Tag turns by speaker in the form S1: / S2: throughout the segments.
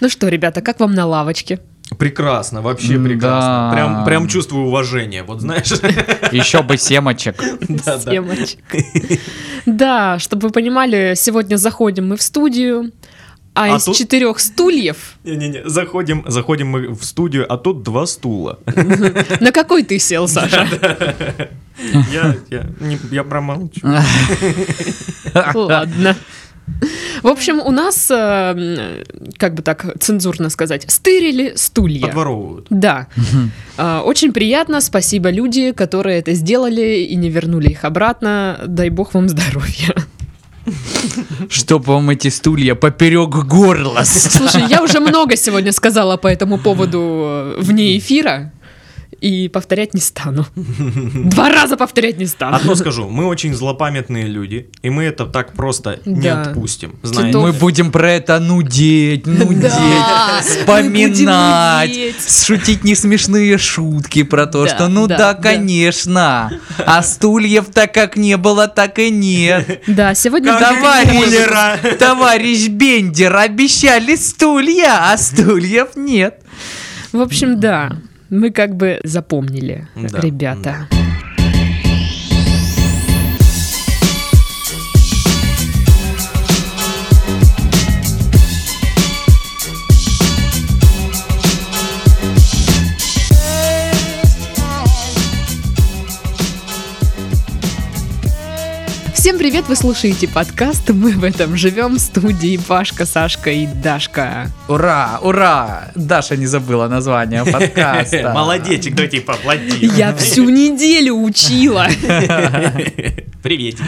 S1: Ну что, ребята, как вам на лавочке?
S2: Прекрасно, вообще
S3: М-да.
S2: прекрасно. Прям, прям чувствую уважение, вот знаешь.
S3: Еще бы семочек.
S2: Да, да.
S1: Съемочек. Да, чтобы вы понимали, сегодня заходим мы в студию, а,
S2: А
S1: из
S2: тут-
S1: четырех стульев,
S2: Не-не-не, заходим, заходим мы в студию, а тут два стула.
S1: на какой ты сел, Саша?
S2: Я, я, не- я промолчу.
S3: А.
S1: Ну Ладно. В общем, у нас, э, м, как бы так цензурно сказать, стырили стулья.
S2: Подворовывают.
S1: Да. А, Очень приятно, спасибо люди, которые это сделали и не вернули их обратно. Дай бог вам здоровья.
S3: Чтоб вам эти стулья поперек горла.
S1: Слушай, я уже много сегодня сказала по этому поводу э, вне эфира, и повторять не стану. Два раза повторять не стану.
S2: Одно скажу, мы очень злопамятные люди, и мы это так просто не
S1: Да.
S2: отпустим. Знаете,
S3: Мы будем про это нудеть, нудеть,
S1: Да, мы будем
S3: вспоминать,
S1: нудеть.
S3: шутить не смешные шутки про то,
S1: Да,
S3: что ну
S1: да,
S3: да,
S1: да.
S3: конечно, а стульев так как не было, так и нет.
S1: Да, сегодня...
S2: Как
S3: Товарищ,
S2: кулера.
S3: товарищ Бендер, обещали стулья, а стульев нет.
S1: В общем, да, мы как бы запомнили,
S2: Да,
S1: ребята. Всем привет, вы слушаете подкаст «Мы в этом живем» в студии Пашка, Сашка и Дашка.
S3: Ура, ура! Даша не забыла название подкаста.
S2: Молодечек, давайте поаплодируем.
S1: Я всю неделю учила.
S2: Приветики.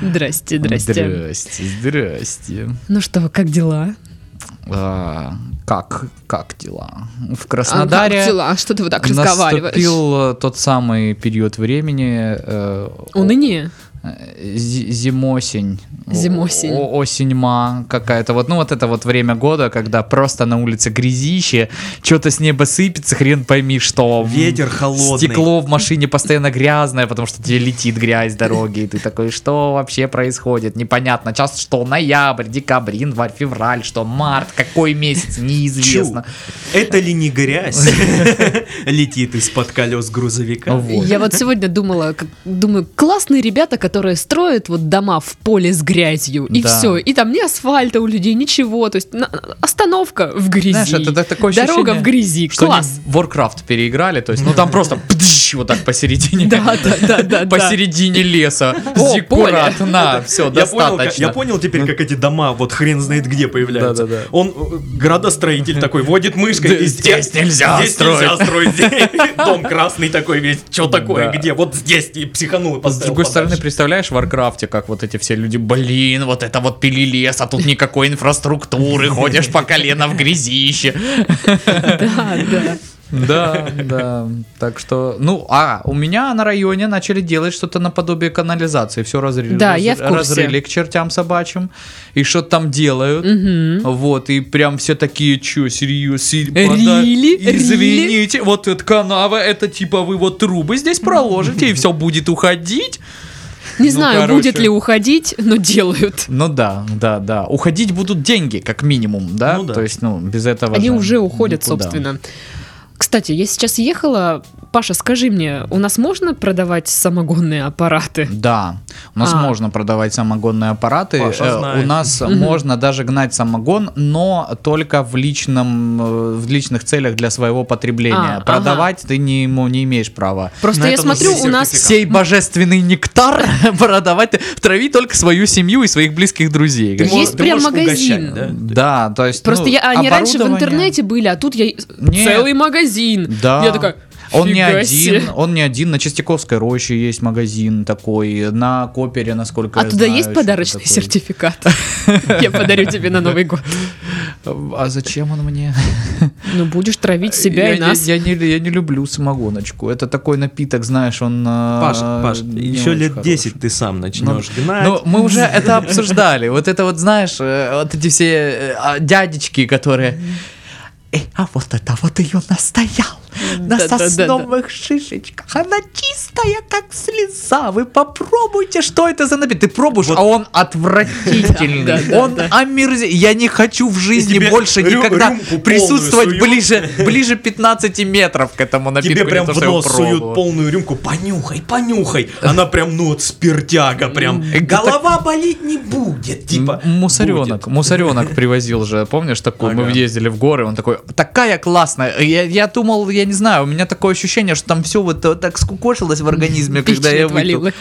S1: Здрасте, здрасте.
S3: Здрасте, здрасте.
S1: Ну что, как дела?
S3: А, как, как дела? В
S1: А,
S3: Краснодаре
S1: как дела? Что ты вот так разговариваешь?
S3: наступил э, тот самый период времени. э,
S1: Уныние?
S3: э, зи- Зимосень.
S1: Зимосень.
S3: О- Осень-ма какая-то. Вот, ну, вот это вот время года, когда просто на улице грязище, что-то с неба сыпется, хрен пойми что. М,
S2: Ветер холодный.
S3: Стекло в машине постоянно грязное, потому что тебе летит грязь с дороги. И ты такой, что вообще происходит? Непонятно. Сейчас что? Ноябрь, декабрь, январь, февраль, что? Март, какой месяц? Неизвестно.
S2: Это ли не грязь? Летит из-под колес грузовика.
S3: Вот.
S1: Я вот сегодня думала, как- думаю, классные ребята, которые строят вот дома в поле с грязью, и
S3: Да.
S1: все, и там ни асфальта у людей, ничего, то есть на- остановка в грязи,
S3: Знаешь, это так- такое
S1: дорога
S3: ощущение,
S1: в грязи,
S3: Что они
S1: класс.
S3: в Warcraft переиграли, то есть, ну там просто пдыщ, вот так посередине.
S1: Да, да, да, да, да.
S3: Посередине леса.
S1: О,
S3: Зиккурат, на, все,
S2: Я понял, как- я
S3: достаточно.
S2: понял теперь, как эти дома, вот хрен знает где появляются.
S3: Да-да-да.
S2: Он э, градостроитель такой водит мышкой.
S3: Да,
S2: и
S3: здесь нельзя
S2: здесь
S3: строить.
S2: нельзя строить. Здесь Дом красный такой весь. Что такое?
S3: Да.
S2: Где? Вот здесь. И психанул и
S3: С
S2: поставил
S3: другой стороны,
S2: подальше.
S3: представляешь в Варкрафте, как вот эти все люди, блин, вот это вот пили лес, а тут никакой инфраструктуры, ходишь по колено в грязище.
S1: Да, да.
S3: Да, да. Так что, ну, а у меня на районе начали делать что-то наподобие канализации. Все разрыли,
S1: Да, я в курсе.
S3: разрыли к чертям собачьим. И что там делают. Вот, и прям все такие, чё, серьез?
S1: Рили?
S3: Извините, вот эта канава, это типа вы вот трубы здесь проложите, и все будет уходить.
S1: Не
S3: Ну,
S1: знаю,
S3: короче.
S1: будет ли уходить, но делают.
S3: Ну да, да, да. Уходить будут деньги, как минимум, да?
S2: Ну да.
S3: То есть, ну, без этого
S1: Они
S3: же
S1: уже уходят,
S3: никуда.
S1: собственно. Кстати, я сейчас ехала. Паша, скажи мне, у нас можно продавать самогонные аппараты?
S3: Да, у нас
S1: А.
S3: можно продавать самогонные аппараты.
S2: Паша
S3: Э,
S2: знает.
S3: У нас можно даже гнать самогон, но только в личном, э, в личных целях для своего
S1: А,
S3: потребления.
S1: ага.
S3: Продавать ты не, ему не имеешь права.
S1: Просто
S2: На
S1: я
S2: это нужен
S1: смотрю, у нас...
S2: сертификат.
S3: Сей божественный нектар продавать, трави только свою семью и своих близких друзей.
S1: Ты
S3: Как-
S2: мо-
S1: Есть прям
S2: можешь
S1: магазин.
S2: угощать, да?
S3: Да, то есть.
S1: Просто
S3: ну,
S1: я, они раньше в
S3: оборудование-
S1: интернете были, а тут я...
S3: Нет.
S1: Целый магазин.
S3: Да.
S1: Я такая...
S3: Он не
S1: «Фига себе».
S3: один, он не один. На Чистяковской роще есть магазин такой, на Копере, насколько
S1: А
S3: я
S1: туда
S3: знаю,
S1: есть
S3: что-то
S1: подарочный
S3: такое.
S1: сертификат? Я подарю тебе на Новый год.
S3: А зачем он мне?
S1: Ну, будешь травить себя
S3: я,
S1: и нас.
S3: Я, я не, я не люблю самогоночку. Это такой напиток, знаешь, он... э,
S2: Паша, Паш,
S3: не
S2: еще
S3: очень
S2: лет
S3: хороший.
S2: 10 ты сам начнешь гнать.
S3: Ну, мы уже это обсуждали. Вот это вот, знаешь, э, вот эти все э, а, дядечки, которые... «Э, а вот это вот ее настоял. на
S1: Да-да-да-да.
S3: сосновых шишечках. Она чистая, как слеза. Вы попробуйте, что это за напиток. Ты пробуешь, а он
S1: Да,
S3: отвратительный.
S1: да,
S3: Он
S1: да.
S3: омерзительный. Я не хочу в жизни
S2: тебе
S3: больше
S2: рю-
S3: никогда
S2: рюмку полную
S3: присутствовать
S2: суют.
S3: ближе, ближе 15 метров к этому напитку.
S2: Тебе
S3: не
S2: прям
S3: то,
S2: в
S3: что я его
S2: нос суют
S3: пробовал.
S2: полную рюмку. Понюхай, понюхай. Она прям, ну, вот спиртяга прям.
S3: Э, да
S2: Голова болеть не будет, типа.
S3: М- Мусоренок,
S2: будет.
S3: мусоренок привозил же, помнишь, такой, мы
S2: Ага.
S3: ездили в горы, он такой, такая классная, я, я думал, я не знаю, у меня такое ощущение, что там все вот э, так скукошилось в организме, когда
S1: Печень
S3: я выпил.
S1: отвалилась.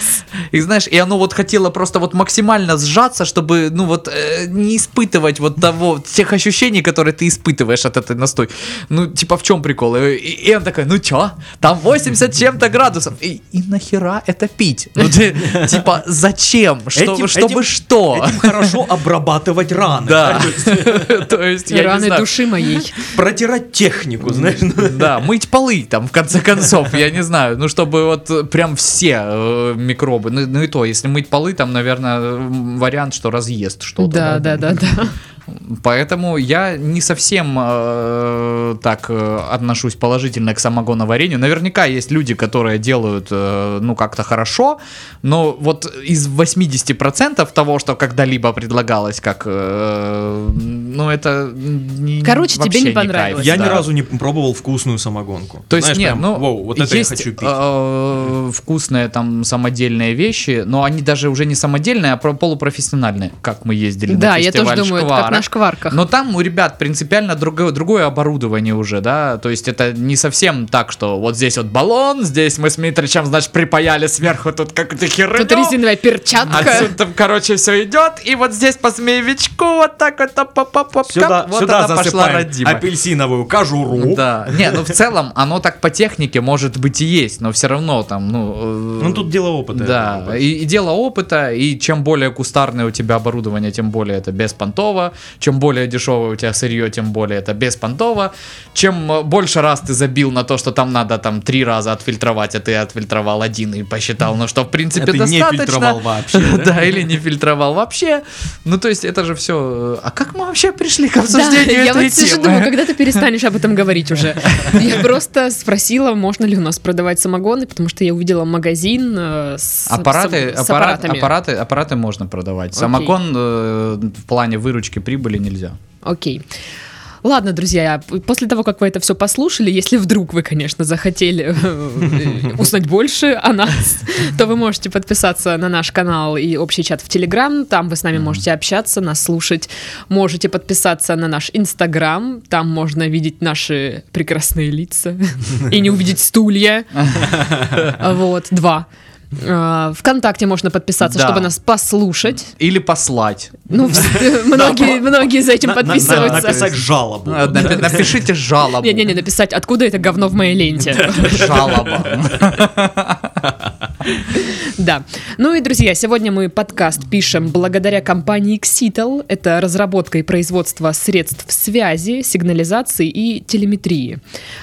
S3: И знаешь, и оно вот хотело просто вот максимально сжаться, чтобы, ну вот, э, не испытывать вот того, тех ощущений, которые ты испытываешь от этой настой. Ну, типа, в чем прикол? И, и- и он такой, ну чё, там 80 чем-то градусов. И, и нахера это пить? Ну, ты- типа, зачем? Что,
S2: Этим-
S3: чтобы
S2: этим-
S3: что?
S2: Этим хорошо обрабатывать раны.
S3: Да. То есть, я не
S1: Раны
S3: знаю.
S1: души моей.
S2: Протирать технику, знаешь. ну.
S3: Да, мыть полы там, в конце концов, я не знаю. Ну, чтобы вот э, прям все э, микробы. Ну, ну и то, если мыть полы, там, наверное, вариант, что разъест что-то.
S1: Да, да, да, да.
S3: Поэтому я не совсем э, так э, отношусь положительно к самогоноварению. Наверняка есть люди, которые делают, э, ну, как-то хорошо, но вот из 80% того, что когда-либо предлагалось, как, э, ну, это не-
S1: Короче, тебе
S3: вообще
S1: не понравилось.
S3: кайф,
S2: Я
S3: да.
S2: ни разу не пробовал вкусную самогонку.
S3: То есть,
S2: Знаешь,
S3: нет,
S2: прям,
S3: ну,
S2: «Воу, вот это я
S3: есть,
S2: хочу пить.
S3: э, вкусные там самодельные вещи, но они даже уже не самодельные, а про- полупрофессиональные, как мы ездили на
S1: Да, я
S3: фестиваль
S1: тоже думаю, это как
S3: «Шквара».
S1: на шкварках.
S3: Но там у ребят принципиально другое, другое оборудование уже, да, то есть это не совсем так, что вот здесь вот баллон, здесь мы с Митричем, значит, припаяли сверху тут как-то херню.
S1: Тут резиновая перчатка.
S3: Ну, Отсюда, короче, все идет, и вот здесь по змеевичку вот так вот, оп, оп, оп, оп,
S2: Сюда,
S3: кап, вот
S2: сюда
S3: она пошла
S2: засыпаем
S3: родима.
S2: апельсиновую кожуру.
S3: Да, не, ну в целом оно так по технике может быть и есть, но все равно там, ну... э,
S2: Ну тут дело опыта.
S3: да, и, и дело опыта, и чем более кустарное у тебя оборудование, тем более это беспонтово, чем более дешевое у тебя сырье, тем более это беспонтово, чем э, больше раз ты забил на то, что там надо там три раза отфильтровать, а ты отфильтровал один и посчитал, ну что в принципе
S2: А ты не
S3: достаточно.
S2: фильтровал вообще, да?
S3: Да, или не фильтровал вообще. Ну то есть это же все... А как мы вообще пришли к
S1: Да,
S3: обсуждению
S1: я
S3: этой
S1: вот сижу,
S3: темы?
S1: думаю, когда ты перестанешь об этом говорить уже. Я просто спросила, можно ли у нас продавать самогоны, потому что я увидела магазин э, с
S3: Аппараты,
S1: с- с
S3: аппарат-
S1: аппаратами.
S3: аппараты, аппараты можно продавать.
S1: Окей.
S3: Самогон э, в плане выручки прибыли нельзя.
S1: Окей. Ладно, друзья, а после того, как вы это все послушали, если вдруг вы, конечно, захотели э, узнать больше о нас, то вы можете подписаться на наш канал и общий чат в Телеграм. Там вы с нами можете общаться, нас слушать. Можете подписаться на наш Инстаграм. Там можно видеть наши прекрасные лица и не увидеть стулья. Вот, два. Э, Вконтакте можно подписаться,
S3: Да.
S1: чтобы нас послушать.
S3: Или послать.
S1: Ну, в- многие, многие за этим
S2: На- на- на-
S1: подписываются.
S2: Написать жалобу.
S3: Э, напи- Напишите жалобу.
S1: Не-не-не, написать, откуда это говно в моей ленте.
S3: Жалоба.
S1: Да. Ну и, друзья, сегодня мы подкаст пишем благодаря компании Xitel. Это разработка и производство средств связи, сигнализации и телеметрии.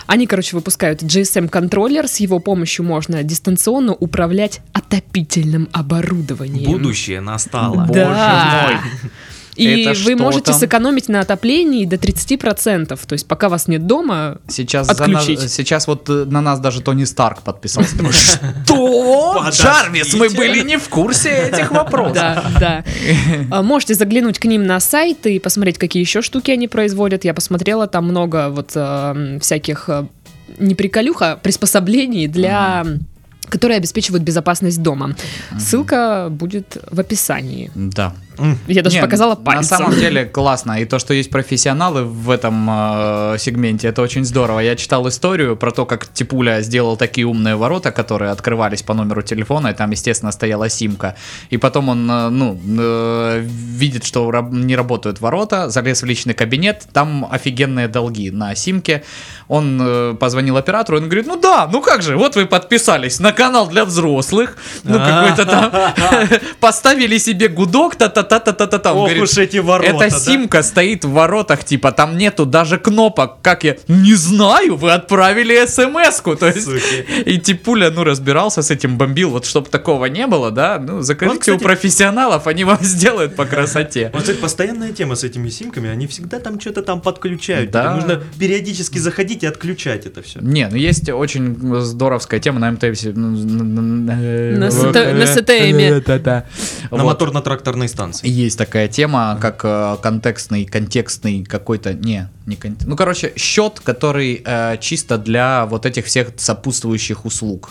S1: Они, короче, выпускают GSM-контроллер. С его помощью можно дистанционно управлять отопительным оборудованием.
S2: Будущее настало.
S1: Боже Да.
S3: мой.
S1: И
S3: Это
S1: вы
S3: что
S1: можете
S3: там?
S1: сэкономить на отоплении до 30%. То есть пока вас нет дома,
S3: Сейчас, за нас-
S1: Отключить.
S3: сейчас вот э, на нас даже Тони Старк подписался. Думаю, Что?
S2: Подождите.
S3: Джарвис, мы были не в курсе этих вопросов.
S1: Да, да. А, Можете заглянуть к ним на сайт и посмотреть, какие еще штуки они производят. Я посмотрела, там много вот эм, всяких э, не приколюха, а приспособлений для которые обеспечивают безопасность дома. Ссылка будет в описании.
S3: Да.
S1: Я даже
S3: Не, ну,
S1: показала
S3: На
S1: пальцем.
S3: самом деле классно. И то, что есть профессионалы в этом э, сегменте, это очень здорово. Я читал историю про то, как Типуля сделал такие умные ворота, которые открывались по номеру телефона, и там, естественно, стояла симка. И потом он, э, ну, э, видит, что раб- не работают ворота, залез в личный кабинет, там офигенные долги на симке. Он э, позвонил оператору, он говорит, ну да, ну как же, вот вы подписались на канал для взрослых, ну какой-то там, поставили себе гудок, та та та-та-та-та-та. Он
S2: Ох
S3: говорит,
S2: уж эти ворота, да?»
S3: Эта симка стоит в воротах, типа, там нету даже кнопок. Как я? Не знаю, вы отправили смс-ку. То есть,
S2: Суки.
S3: и Типуля, ну, разбирался с этим, бомбил. Вот чтобы такого не было, да, ну, закажите
S2: Вот, кстати-
S3: у профессионалов, они вам сделают по красоте.
S2: Вот, кстати, постоянная тема с этими симками, они всегда там что-то там подключают.
S3: Да.
S2: Нужно периодически заходить и отключать это все.
S3: Не, ну есть очень здоровская тема на МТМ. На
S1: На СТ- на
S2: Э,
S1: СТМе.
S2: На моторно-тракторной станции.
S3: Есть такая тема, как э, контекстный, контекстный какой-то, не, не контекст. Ну, короче, счет, который э, чисто для вот этих всех сопутствующих услуг.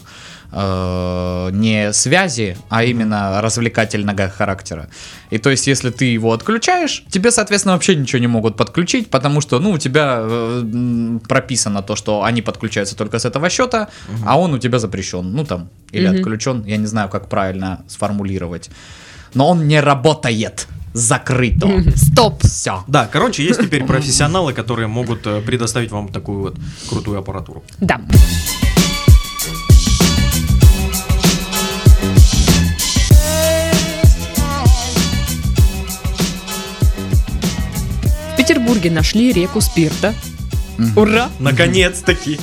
S3: Э, не связи, а именно развлекательного характера. И то есть, если ты его отключаешь, тебе, соответственно, вообще ничего не могут подключить, потому что, ну, у тебя э, м, прописано то, что они подключаются только с этого счета, а он у тебя запрещен, ну, там, или
S1: Мгм.
S3: отключен, я не знаю, как правильно сформулировать но он не работает. Закрыто.
S1: Стоп.
S3: Все.
S2: Да, короче, есть теперь профессионалы, которые могут э, предоставить вам такую вот крутую аппаратуру.
S1: Да. В Петербурге нашли реку спирта. Ура!
S2: Наконец-таки.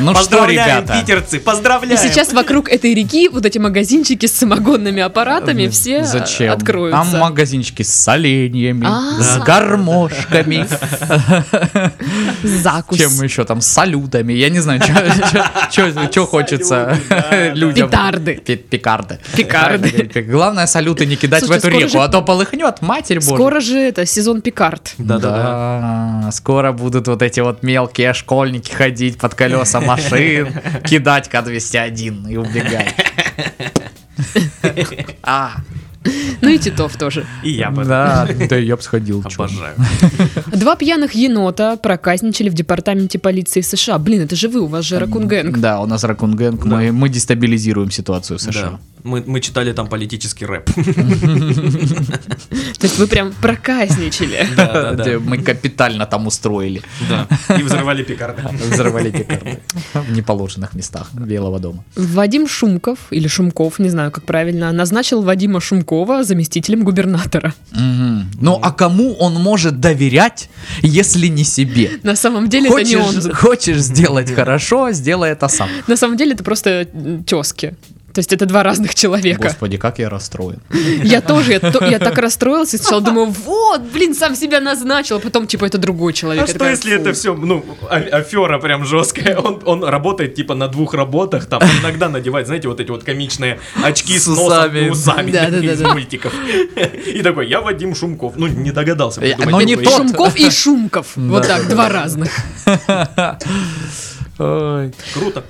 S3: Ну что,
S2: Поздравляем,
S3: ребята,
S2: питерцы,
S1: И
S2: поздравляем.
S1: сейчас вокруг этой реки вот эти магазинчики с самогонными аппаратами все э,
S3: зачем?
S1: откроются.
S3: Там магазинчики с соленьями,
S1: А.
S3: с
S1: Да.
S3: гармошками,
S1: Закусь.
S3: чем еще там, с салютами. Я не знаю, что хочется
S2: да,
S3: людям.
S1: Петарды.
S3: Пе- Пикарды.
S1: Пикарды.
S3: Правильно, Галь, Главное, салюты не кидать в
S1: Слушай,
S3: эту
S1: скоро
S3: реку,
S1: же-
S3: а то полыхнет, матерь божья.
S1: Скоро же это сезон Пикард.
S2: Да-да-да.
S3: Да, скоро будут вот эти вот мелкие школьники ходить под колеса машин, кидать К-201 и убегать. А,
S1: Ну и Титов тоже.
S2: И я бы
S3: да, да, я бы сходил. чё.
S2: обожаю.
S1: Два пьяных енота проказничали в департаменте полиции США. Блин, это же вы, у вас же Ракунгэнг.
S3: Да, у нас Ракунгэнг, мы, мы дестабилизируем ситуацию в США.
S2: Да. Мы, мы читали там политический рэп.
S1: То есть вы прям проказничали.
S2: Да, да, да.
S3: Где Мы капитально там устроили.
S2: Да. И взрывали пикарды.
S3: А Взорвали пекарды в неположенных местах Белого дома.
S1: Вадим Шумков, или Шумков, не знаю, как правильно, назначил Вадима Шумкова заместителем губернатора.
S3: Мгм. Ну а кому он может доверять, если не себе?
S1: На самом деле это не он.
S3: хочешь, хочешь сделать хорошо, сделай это сам.
S1: На самом деле это просто тески. То есть это два разных человека.
S3: Господи, как я расстроен.
S1: Я тоже, я, то- я так расстроилась и сначала думаю, вот, блин, сам себя назначил, а потом, типа, это другой человек.
S2: А
S1: Я
S2: что
S1: такая,
S2: если
S1: «Фу».
S2: это все, ну, а- афера прям жесткая? Он, он работает типа на двух работах, там иногда надевает, знаете, вот эти вот комичные очки
S3: С
S2: с, носом
S3: усами.
S2: и усами
S1: Да-да-да-да.
S2: из мультиков. И такой, я Вадим Шумков. Ну, не догадался.
S3: Э,
S2: придумать
S3: но не
S2: такое
S3: тот.
S1: Шумков и Шумков. Вот
S3: Да.
S1: так, два разных.
S3: Ой.
S2: имя. Круто.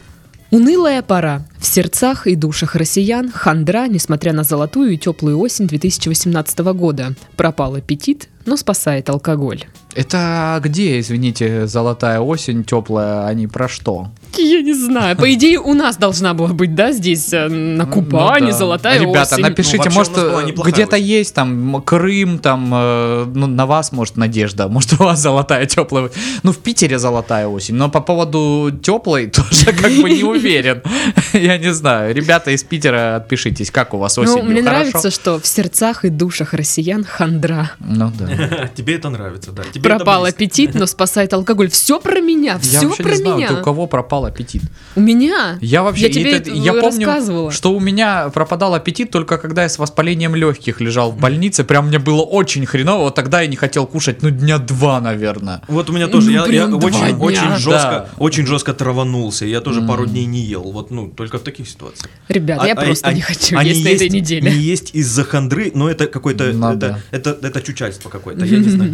S1: Унылая пора. В сердцах и душах россиян хандра, несмотря на золотую и теплую осень 2018 года. Пропал аппетит, но спасает алкоголь.
S3: Это где, извините, золотая осень, теплая, они про что?
S1: Я не знаю. По идее, у нас должна была быть, да, здесь э, на Кубани
S3: Ну да.
S1: золотая
S3: Ребята,
S1: осень.
S2: Ну,
S3: напишите,
S2: вообще
S3: может,
S2: у нас была
S3: э,
S2: неплохая
S3: где-то
S2: осень.
S3: есть там м, Крым, там, э, ну, на вас, может, надежда, может, у вас золотая теплая. Ну, в Питере золотая осень, но по поводу теплой тоже как бы не уверен. Я не знаю. Ребята из Питера, отпишитесь, как у вас осенью,
S1: Ну, мне
S3: Хорошо?
S1: нравится, что в сердцах и душах россиян хандра.
S3: Ну да.
S2: Тебе это нравится, да. Тебе это
S1: Пропал
S2: близко.
S1: аппетит, но спасает алкоголь. Все про меня,
S3: Я
S1: все
S3: вообще
S1: про
S3: не знаю,
S1: меня.
S3: ты у кого пропал аппетит.
S1: У меня.
S3: Я вообще
S1: Я тебе
S3: это-
S1: это
S3: я помню,
S1: рассказывала.
S3: что у меня пропадал аппетит только когда я с воспалением легких лежал в больнице. Прям мне было очень хреново. Вот тогда я не хотел кушать, ну дня два, наверное.
S2: Вот у меня тоже,
S1: Ну,
S2: я, я
S1: блин, два
S2: очень,
S1: дня.
S2: очень
S1: Да.
S2: жестко, очень жестко траванулся, я тоже пару дней не ел, вот, ну, только в таких ситуациях.
S1: Ребята,
S2: А-
S1: я
S2: а-
S1: просто
S2: а-
S1: не хочу
S2: а
S1: есть на этой неделе.
S2: Не есть из-за хандры, но это какой-то,
S3: Ну
S2: это,
S3: да.
S2: это, это чучальство какое-то, я не знаю.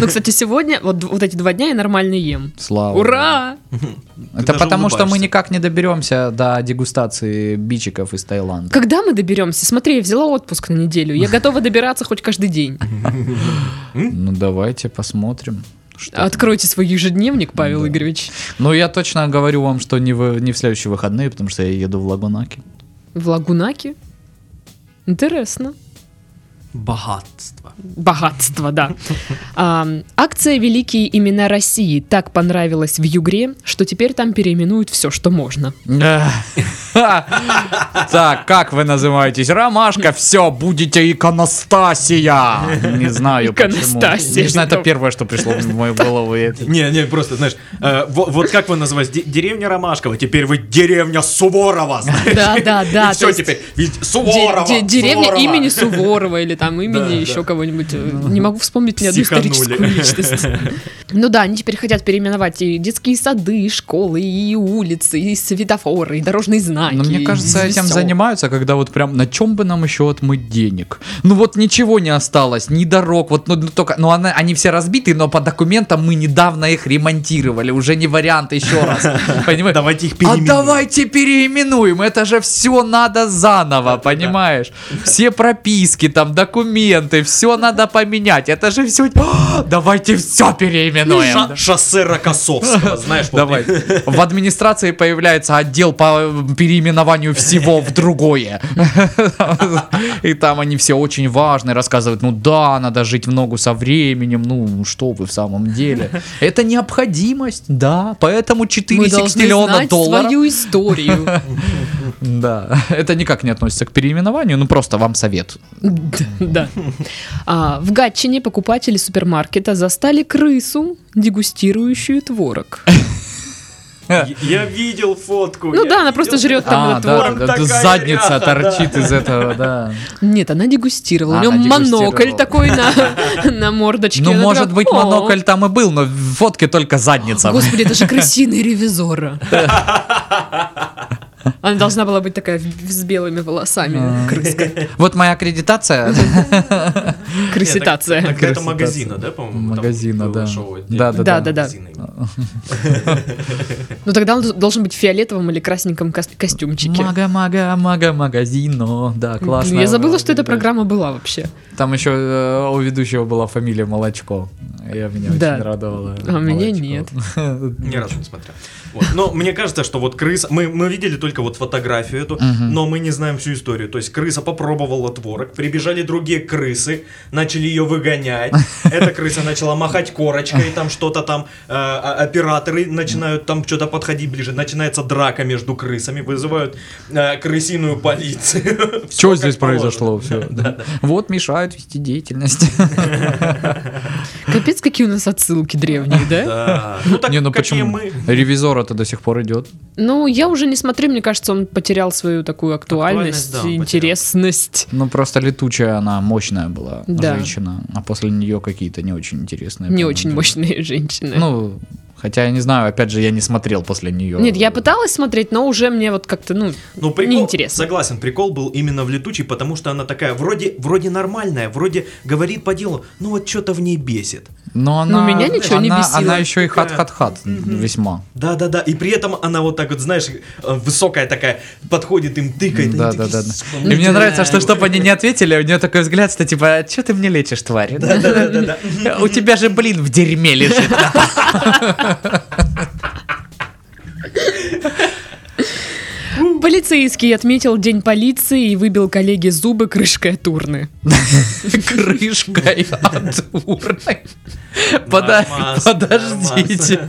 S1: Ну, кстати, сегодня, вот, вот эти два дня я нормально ем.
S3: Слава.
S1: Ура!
S3: богу. Это
S2: даже
S3: потому, что мы
S2: улыбаешься.
S3: никак не доберемся до дегустации бичиков из Таиланда.
S1: Когда мы доберемся? Смотри, я взяла отпуск на неделю. Я готова добираться хоть каждый день.
S3: Ну давайте посмотрим. Что там.
S1: Откройте свой ежедневник, Павел
S3: Да.
S1: Игоревич.
S3: Ну я точно говорю вам, что не в, не в следующие выходные, потому что я еду в Лагунаки.
S1: В Лагунаке. Интересно.
S2: Богатство.
S1: Богатство, да. Ам, акция «Великие имена России» так понравилась в Югре, что теперь там переименуют все, что можно.
S3: Да. Так, как вы называетесь? Ромашка, все, будете иконостасия. Не знаю почему.
S1: Иконостасия,
S3: Лично это
S1: что?
S3: первое, что пришло в мою голову. и это-
S2: Не, не, просто, знаешь, э, во- вот как вы называете, де- деревня Ромашкова, теперь вы деревня Суворова, знаешь.
S1: Да, да, да,
S2: И все
S1: то есть
S2: теперь, ведь
S1: Де-
S2: Суворова,
S1: де- Деревня
S2: Суворова.
S1: имени Суворова или там имени
S2: Да,
S1: еще
S2: да.
S1: кого-нибудь. Э, Не могу вспомнить ни одну
S2: Психанули.
S1: историческую личность. Ну да, они теперь хотят переименовать и детские сады, и школы, и улицы, и светофоры, и дорожные знаки.
S3: Но мне
S1: и
S3: кажется, этим
S1: всё.
S3: занимаются, когда вот прям на чем бы нам еще отмыть денег? Ну вот ничего не осталось, ни дорог, вот ну, ну, только, ну она- они все разбиты, но по документам мы недавно их ремонтировали, уже не вариант еще раз. Понимаешь?
S2: Давайте их
S3: А
S2: переименуем.
S3: давайте переименуем, это же все надо заново, понимаешь? Все прописки, там, документы, все надо поменять, это же все... Давайте все переименуем.
S2: Ша- Шоссе Рокоссовского, знаешь, вот
S3: Давай. В администрации появляется отдел по переименованию всего в другое. И там они все очень важные, рассказывают, ну да, надо жить в ногу со временем, ну что вы в самом деле. Это необходимость, да, поэтому
S1: Мы
S3: 4,6
S1: должны
S3: миллиона
S1: знать
S3: долларов.
S1: свою историю.
S3: Да, это никак не относится к переименованию, ну просто вам совет.
S1: Да. А, В Гатчине покупатели супермаркета застали крысу, дегустирующую творог.
S2: Я- Я видел фотку.
S1: Ну
S2: я
S1: да, она
S2: видел.
S1: просто жрет там
S3: А,
S1: этот
S3: да,
S1: творог.
S3: да, да,
S2: Такая
S3: задница
S2: ряха,
S3: торчит из этого, да.
S1: Нет, она дегустировала. У нее
S3: Она дегустировала.
S1: монокль такой на, на мордочке.
S3: Ну,
S1: Она
S3: может
S1: такая,
S3: быть,
S1: «О,
S3: монокль там и был, но в фотке только задница.
S1: Господи, это же крысиный ревизора. Она должна была быть такая в- с белыми
S2: А.
S1: волосами. Крыска.
S3: Вот моя аккредитация.
S2: А, Нет, так-
S1: Крыситация.
S2: так Это
S3: Красота.
S2: магазина, да, по-моему? там
S3: Магазина,
S2: было
S3: да.
S2: шоу отдельно.
S3: Да, да,
S1: Да, да. да, да.
S2: Магазины.
S1: Ну тогда он должен быть в фиолетовом или красненьком кос- костюмчике.
S3: Мага, мага, мага, магазино. Да, классно.
S1: Блин, Я забыла, что эта программа была вообще.
S3: Там еще э, у ведущего была фамилия Молочко. Я меня
S1: Да.
S3: очень радовала.
S1: А меня
S3: Молочко.
S1: нет.
S2: Ни разу не смотрел. Вот. Но мне кажется, что вот крыса... Мы, мы видели только вот фотографию эту, но мы не знаем всю историю. То есть крыса попробовала творог, прибежали другие крысы, начали ее выгонять. Эта крыса начала махать корочкой, там что-то там... э, а- операторы начинают там что-то подходить ближе. Начинается драка между крысами, вызывают э, крысиную полицию. Всё
S3: Что
S2: как
S3: здесь
S2: положено.
S3: произошло? Все. Вот мешают вести деятельность.
S1: Капец, какие у нас отсылки древние, да?
S2: Да. Ну так
S3: Не, ну
S2: какие
S3: почему?
S2: мы...
S3: Ревизор-то до сих пор идет.
S1: Ну, я уже не смотрю, мне кажется, он потерял свою такую актуальность,
S2: Актуальность, да, он потерял.
S1: интересность.
S3: Ну, просто летучая она мощная была
S1: Да.
S3: женщина. А после нее какие-то не очень интересные.
S1: Не
S3: по-моему,
S1: очень
S3: были.
S1: мощные женщины.
S3: Ну, хотя я не знаю, опять же, я не смотрел после нее.
S1: Нет, я пыталась смотреть, но уже мне вот как-то, ну,
S2: э, Ну, прикол,
S1: Неинтересно.
S2: согласен, прикол был именно в летучей, потому что она такая вроде, вроде нормальная, вроде говорит по делу, ну вот что-то в ней бесит.
S3: Но она,
S1: Ну, меня ничего не
S3: она-
S1: бесило.
S3: Она еще и
S2: Такая-
S3: хат-хат-хат весьма.
S2: Да-да-да, и при этом она вот так вот, знаешь, э, высокая такая, подходит им, тыкает. они
S3: Да, да,
S2: такие,
S3: да.
S2: «Сука,
S3: И мне
S1: Да.
S3: нравится, что чтобы они не ответили, у нее такой взгляд, что типа, что ты мне лечишь, тварь? У тебя же, блин, в дерьме лежит.
S1: Полицейский отметил День полиции и выбил коллеге зубы крышкой от урны.
S3: Крышкой от урны. Подо-
S2: Нормас,
S3: Подождите.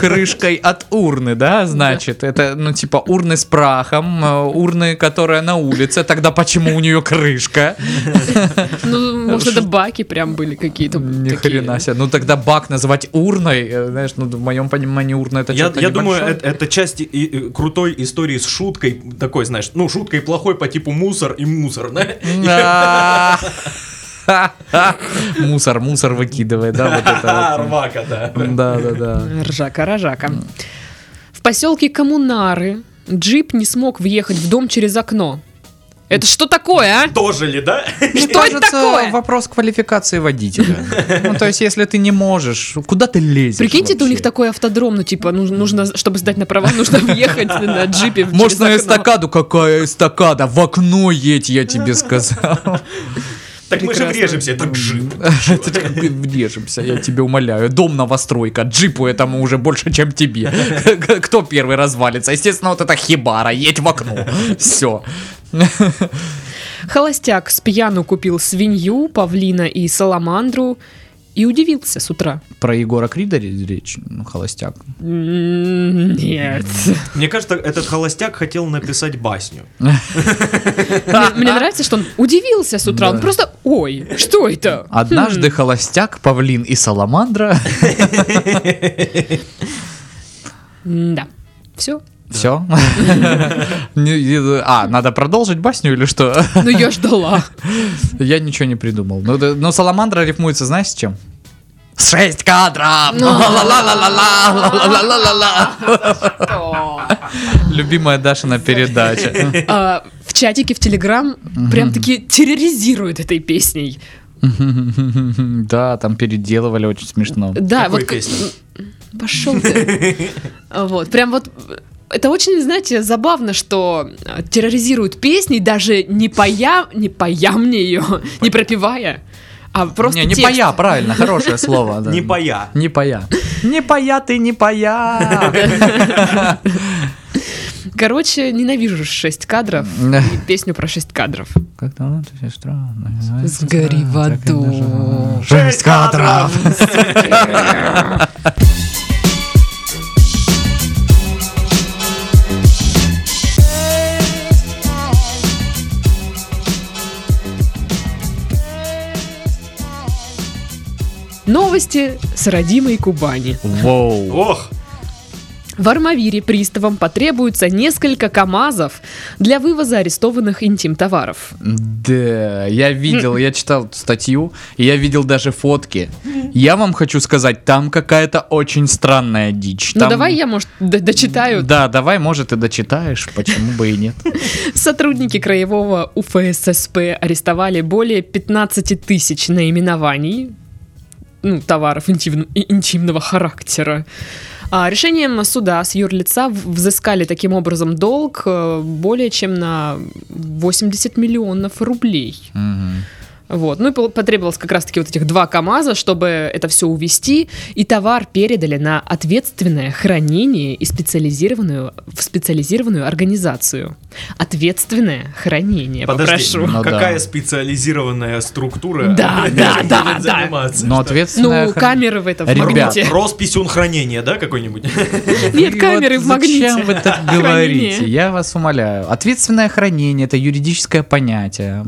S3: Крышкой от урны, да, значит? Это, ну, типа, урны с прахом, э, урны, которая на улице. Тогда почему у нее крышка?
S1: Ну, может, это баки прям были какие-то.
S3: Ни
S1: такие.
S3: хрена себе. Ну тогда бак называть урной, э, знаешь, ну в моем понимании урна это
S2: Я,
S3: что-то
S2: я думаю,
S3: небольшое.
S2: это, это часть и- и крутой истории с шуткой такой, знаешь, ну, шуткой плохой по типу мусор и мусор, да?
S3: Да. Мусор, мусор выкидывает, да, вот
S2: А,
S3: это
S2: рвака, да.
S3: вот. Да, да, да.
S1: Ржака, рожака. В поселке Коммунары джип не смог въехать в дом через окно. Это что такое, а?
S2: Дожили, да?
S1: Что это такое?
S3: вопрос квалификации водителя. Ну, то есть, если ты не можешь, куда ты лезешь
S1: Прикиньте, это у них
S3: вообще?
S1: такой автодром, ну, типа, ну, нужно, чтобы сдать на права, нужно въехать на джипе через
S3: Может, на
S1: окно.
S3: эстакаду? Какая эстакада? В окно едь, я тебе сказал.
S2: Так мы же
S1: Прекрасно.
S2: врежемся, так жив.
S3: Это ж как бы Врежемся, я тебе умоляю. Дом новостройка, джипу этому уже больше, чем тебе. К- Кто первый развалится? Естественно, вот это хибара, едь в окно. Все.
S1: Холостяк с пьяну купил свинью, павлина и саламандру и удивился с утра.
S3: Про Егора Крида речь, ну, холостяк.
S1: М, Нет.
S2: Мне кажется, этот холостяк хотел написать басню.
S1: Мне мне нравится, что он удивился с утра. Он
S3: Да.
S1: просто, ой, что это?
S3: Однажды холостяк, павлин и саламандра.
S1: Хм. Да. Все.
S3: Все. А, надо продолжить басню или что?
S1: Ну я ждала.
S3: Я ничего не придумал. Ну, да- Но саламандра рифмуется, знаешь, с чем? С Шесть кадров! Ла-ла-ла-ла-ла, ла-ла-ла-ла-ла. Любимая Дашина передача.
S1: А, В чатике, в Телеграм прям таки терроризируют этой песней.
S3: Да, там переделывали очень смешно.
S1: Да,
S2: Какой
S1: вот как-
S2: песни?
S1: Пошел ты. А, Вот, прям вот... Это очень, знаете, забавно, что э, терроризируют песни, даже не поя, не поя мне ее, не пропивая, а просто
S3: Не, не
S1: текст.
S3: поя, правильно, хорошее слово. да.
S2: Не поя.
S3: Не поя. Не поя ты, не поя.
S1: Короче, ненавижу шесть кадров
S3: Да.
S1: и песню про шесть кадров.
S3: Как давно ты сестра?
S1: Сгори в аду.
S3: Шесть кадров!
S1: Новости с родимой Кубани.
S3: Воу.
S2: Ох,
S1: В Армавире приставам потребуется несколько КАМАЗов для вывоза арестованных интим-товаров.
S3: Да, я видел, я читал статью, и я видел даже фотки. Я вам хочу сказать, там какая-то очень странная дичь.
S1: Ну
S3: Там-
S1: давай я, может, д- дочитаю.
S3: Да, давай, может, и дочитаешь, почему бы и нет.
S1: Сотрудники краевого УФССП арестовали более 15 тысяч наименований ну, товаров интим- и- интимного характера. А решением суда с юрлица в- взыскали таким образом долг э, более чем на 80 миллионов рублей.
S3: Мгм.
S1: Вот. Ну и пол- потребовалось как раз-таки вот этих два КАМАЗа, чтобы это все увезти, и товар передали на ответственное хранение и специализированную, в специализированную организацию. Ответственное хранение,
S2: подожди.
S1: попрошу.
S3: Ну да.
S2: Какая специализированная структура?
S1: Да, да,
S2: будет
S1: да, да.
S2: заниматься?
S3: Но
S2: Что?
S3: ответственная...
S1: Ну,
S3: хрен-
S1: камеры в этом
S3: Ребят,
S1: магните.
S2: Роспись хранения, да, какой-нибудь?
S1: Нет,
S3: И
S1: камеры
S3: вот
S1: в магните.
S3: Зачем вы так
S1: Хранение.
S3: говорите? Я вас умоляю. Ответственное хранение – это юридическое понятие,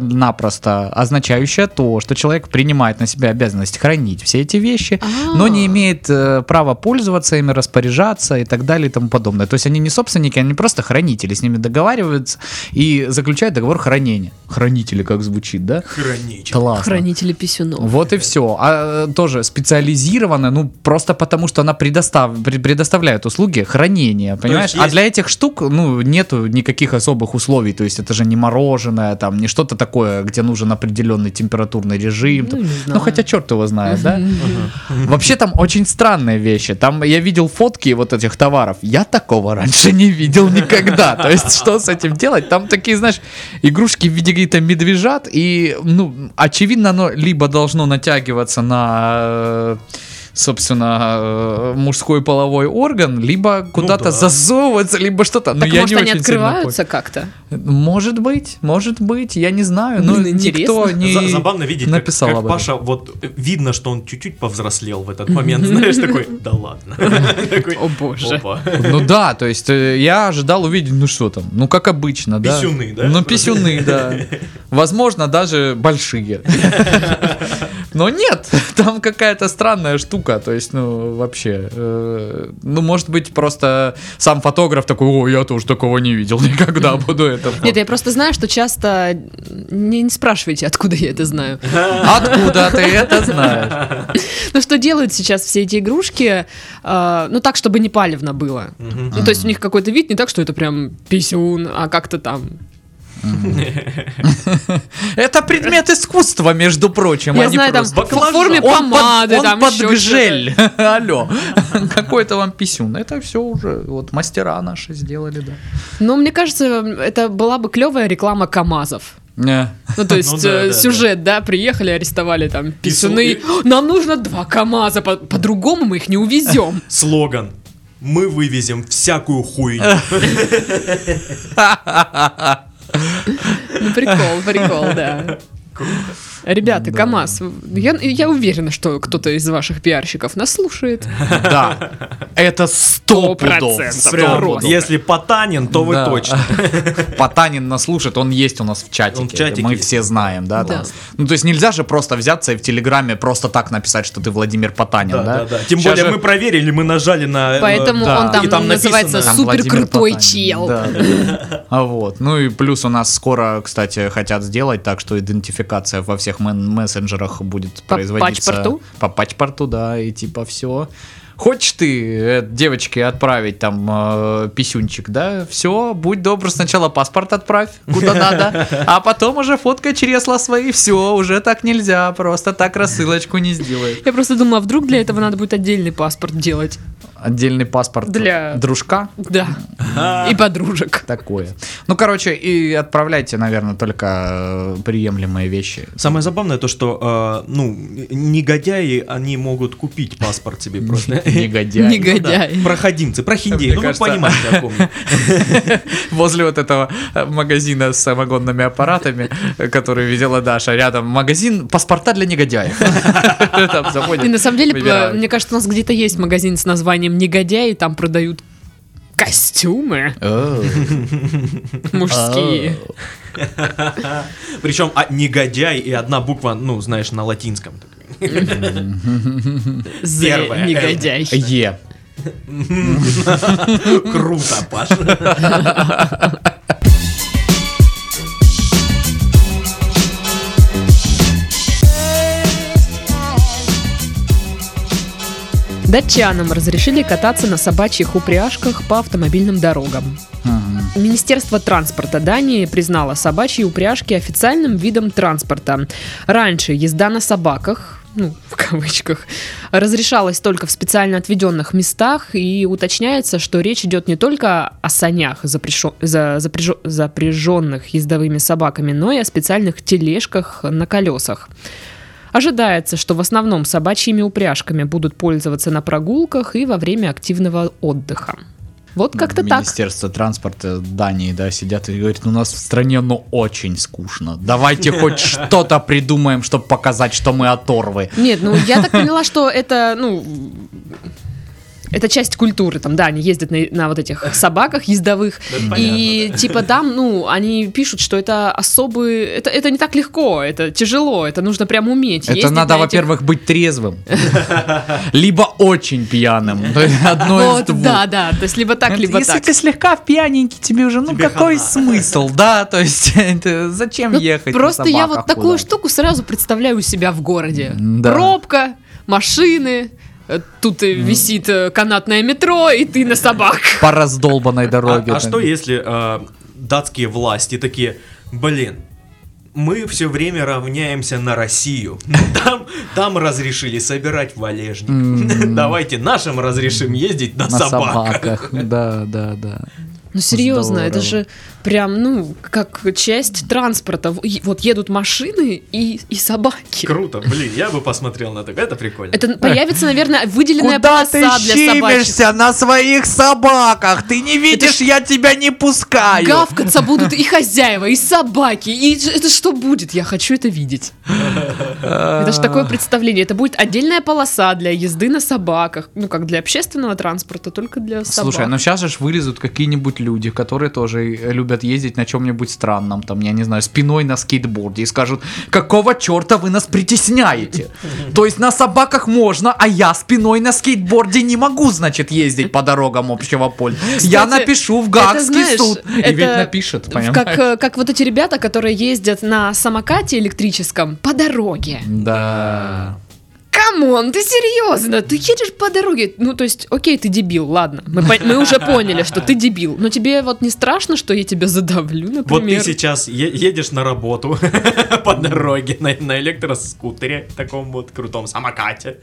S3: просто-напросто означающее то, что человек принимает на себя обязанность хранить все эти вещи,
S1: А,
S3: но не имеет э, права пользоваться ими, распоряжаться и так далее и тому подобное. То есть они не собственники, они просто хранители, с ними договариваются и заключают договор хранения. Хранители, как звучит, да?
S2: Хранить.
S3: Классно.
S1: Хранители писюнов.
S3: Вот и все. А э, тоже специализирована, ну просто потому, что она предостав... пред- предоставляет услуги хранения, понимаешь?
S2: есть
S3: А для этих штук, ну, нету никаких особых условий, то есть это же не мороженое, там, не что-то такое, где нужен определенный температурный режим. там.
S1: не
S3: Ну,
S1: знаю.
S3: хотя черт его знает, да? Вообще там очень странные вещи. Там я видел фотки вот этих товаров. Я такого раньше не видел никогда. То есть что с этим делать? Там такие, знаешь, игрушки в виде каких-то медвежат. И, ну, очевидно, оно либо должно натягиваться на э, собственно, э, мужской половой орган, либо куда-то
S2: Ну да.
S3: засовывается, либо что-то. Но
S1: Так,
S3: я
S1: может,
S3: не
S1: они
S3: очень сильно понял.
S1: открываются как-то?
S3: Может быть, может быть, я не знаю, но
S1: Блин,
S3: никто
S1: интересно.
S3: не
S2: За- забавно видеть, как,
S3: написал
S2: как
S3: об этом.
S2: Паша, вот э, видно, что он чуть-чуть повзрослел в этот момент, знаешь, такой, да ладно. Такой,
S1: О, боже.
S2: «Опа».
S3: Ну да, то есть э, я ожидал увидеть, ну что там, ну как обычно, да.
S2: Писюны, да?
S3: Ну писюны, да. Возможно, даже большие. Но нет, там какая-то странная штука, то есть, ну вообще, э, ну может быть просто сам фотограф такой, о, я тоже такого не видел никогда, буду это. фото».
S1: Нет, я просто знаю, что часто не, не спрашивайте, откуда я это знаю.
S3: Откуда ты это знаешь?
S1: Ну что делают сейчас все эти игрушки, э, ну так, чтобы не палевно было.
S2: Мгм.
S1: Ну, то есть у них какой-то вид не так, что это прям писюн, а как-то там.
S3: Это предмет искусства, между прочим. а
S1: Я
S3: не
S1: знаю, там
S3: просто-
S1: в форме
S3: Он под-
S1: помады,
S3: он
S1: там
S3: под
S1: еще
S3: гжель. Алло. Какой-то вам писюн. Это все уже вот мастера наши сделали,
S1: что-то. Но Ну, мне кажется, это была бы клевая реклама КАМАЗов.
S3: да.
S1: Ну, то есть
S2: да,
S1: э,
S2: да,
S1: сюжет, да, приехали, арестовали там писюны.
S2: и-
S1: «О, Нам нужно два КАМАЗа, по- по-другому мы их не увезем.
S2: Слоган. Мы вывезем всякую хуйню.
S1: Ну, прикол, прикол, да. Ребята,
S3: Да.
S1: КамАЗ, я, я уверена, что кто-то из ваших пиарщиков нас слушает.
S3: Э, Да, это
S1: Сто
S3: сто пудов.
S1: процентов.
S3: сто
S2: Прям,
S1: рост.
S3: пудов.
S2: если Потанин, то вы
S3: Да.
S2: точно.
S3: Потанин нас слушает, он есть у нас в чатике.
S2: Он в чатике
S3: Мы
S2: есть.
S3: все знаем, да?
S1: Да.
S3: там. Ну, то есть нельзя же просто взяться и в Телеграме просто так написать, что ты Владимир Потанин,
S2: Да,
S3: да?
S2: да, да. Тем
S3: Щас
S2: более
S3: же-
S2: мы проверили, мы нажали на... э,
S1: Поэтому
S3: да.
S1: он там,
S2: И там
S1: называется
S2: написано,
S3: Там
S1: супер крутой
S3: Владимир Потанин,
S1: чел.
S3: да. А вот. Ну и плюс у нас скоро, кстати, хотят сделать так, что идентификация во всех мен- мессенджерах будет
S1: По
S3: производиться.
S1: паспорту?
S3: По паспорту, да, и типа все. Хочешь ты э, девочке отправить там э, писюнчик, да? Все, будь добр, сначала паспорт отправь, куда надо, а потом уже фоткай чресла свои, все, уже так нельзя, просто так рассылочку не сделаешь.
S1: Я просто думала, а вдруг для этого надо будет отдельный паспорт делать.
S3: Отдельный паспорт
S1: Для-
S3: дружка.
S1: Да. И подружек.
S3: Такое. Ну, короче, и отправляйте, наверное, только э, приемлемые вещи.
S2: Самое забавное то, что, э, ну, негодяи, они могут купить паспорт себе просто.
S3: Негодяй.
S1: Нег-
S2: Ну да,
S1: Негодяи.
S2: Проходимцы, прохиндеи.
S3: Мне
S2: Ну, вы
S3: кажется,
S2: понимаете, о ком я.
S3: Возле вот этого э, магазина с самогонными аппаратами, э, который видела Даша, рядом магазин паспорта для негодяев. Там заходят,
S1: И на самом деле, э,
S3: выбирают.
S1: мне кажется, у нас где-то есть магазин с названием «Негодяи», там продают костюмы
S3: О,
S2: А,
S1: мужские.
S2: Причем а, негодяй и одна буква, ну, знаешь, на латинском.
S1: «Зе
S2: Первое.
S1: негодяй.
S3: э, Е.
S2: Круто, Паша.
S1: Датчанам разрешили кататься на собачьих упряжках по автомобильным дорогам.
S3: Мгм.
S1: Министерство транспорта Дании признало собачьи упряжки официальным видом транспорта. Раньше езда на собаках ну, в кавычках, разрешалась только в специально отведенных местах, и уточняется, что речь идет не только о санях, запрещо- за- запряжо- запряженных ездовыми собаками, но и о специальных тележках на колесах. Ожидается, что в основном собачьими упряжками будут пользоваться на прогулках и во время активного отдыха. Вот как-то так.
S3: Министерство транспорта Дании, да, сидят и говорят, у нас в стране, ну, очень скучно. Давайте хоть что-то придумаем, чтобы показать, что мы оторвы.
S1: Нет, ну я так поняла, что это, ну, это часть культуры, там, да, они ездят на, на вот этих собаках ездовых, и типа там, ну, они пишут, что это особый, это, это не так легко, это тяжело, это нужно прям уметь.
S3: Это
S1: ездить
S3: надо,
S1: на этих-
S3: во-первых, быть трезвым, либо очень пьяным. То есть Одно из
S1: Ну Вот,
S3: двух.
S1: да, да, то есть либо так, либо
S3: ну, Если
S1: так.
S3: ты слегка в пьяненький, тебе уже, ну
S2: Тебе
S3: какой
S2: хана.
S3: смысл, да, то есть это зачем
S1: Ну,
S3: ехать? на
S1: Просто я
S3: собаках
S1: вот такую
S3: куда-то?
S1: штуку сразу представляю у себя в городе.
S3: М-да.
S1: Пробка, машины, э, тут э, висит э, канатное метро, и ты на собаках.
S3: По раздолбанной
S2: А
S3: дороге.
S2: а
S3: там.
S2: что если э, датские власти такие, блин, мы все время равняемся на Россию. Там, там разрешили собирать валежник. Давайте нашим разрешим ездить на,
S3: на
S2: собаках.
S3: собаках? Да, да, да.
S1: Ну серьезно, это
S3: Здорово.
S1: же прям, ну, как часть транспорта. В- и- Вот едут машины и, и собаки.
S2: Круто, блин, я бы посмотрел на такое, это прикольно.
S1: Это появится, наверное, выделенная
S3: Куда ты
S1: полоса для собачек.
S3: щимишься на своих собаках? Ты не видишь, я тебя не пускаю.
S1: Гавкаться будут и хозяева, и собаки. И ж- это что будет? Я хочу это видеть.
S3: А.
S1: Это же такое представление. Это будет отдельная полоса для езды на собаках. Ну, как для общественного транспорта, только для собак.
S3: Слушай, ну сейчас же ж вылезут какие-нибудь люди, которые тоже э, любят ездить на чем-нибудь странном, там, я не знаю, спиной на скейтборде и скажут, какого черта вы нас притесняете? То есть на собаках можно, а я спиной на скейтборде не могу, значит, ездить по дорогам общего поля. Я
S1: Кстати,
S3: напишу в Гаагский
S1: знаешь,
S3: суд. И
S1: это
S3: ведь напишет,
S1: Как,
S3: понимаешь?
S1: э, как вот эти ребята, которые ездят на самокате электрическом по дороге.
S3: Да.
S1: Камон, ты серьезно? Ты едешь по дороге? Ну, то есть, окей, ты дебил, ладно. Мы, пон- мы уже поняли, что ты дебил. Но тебе вот не страшно, что я тебя задавлю,
S2: Вот
S1: например?
S2: ты сейчас е- едешь на работу по дороге на, на электроскутере, таком вот крутом самокате,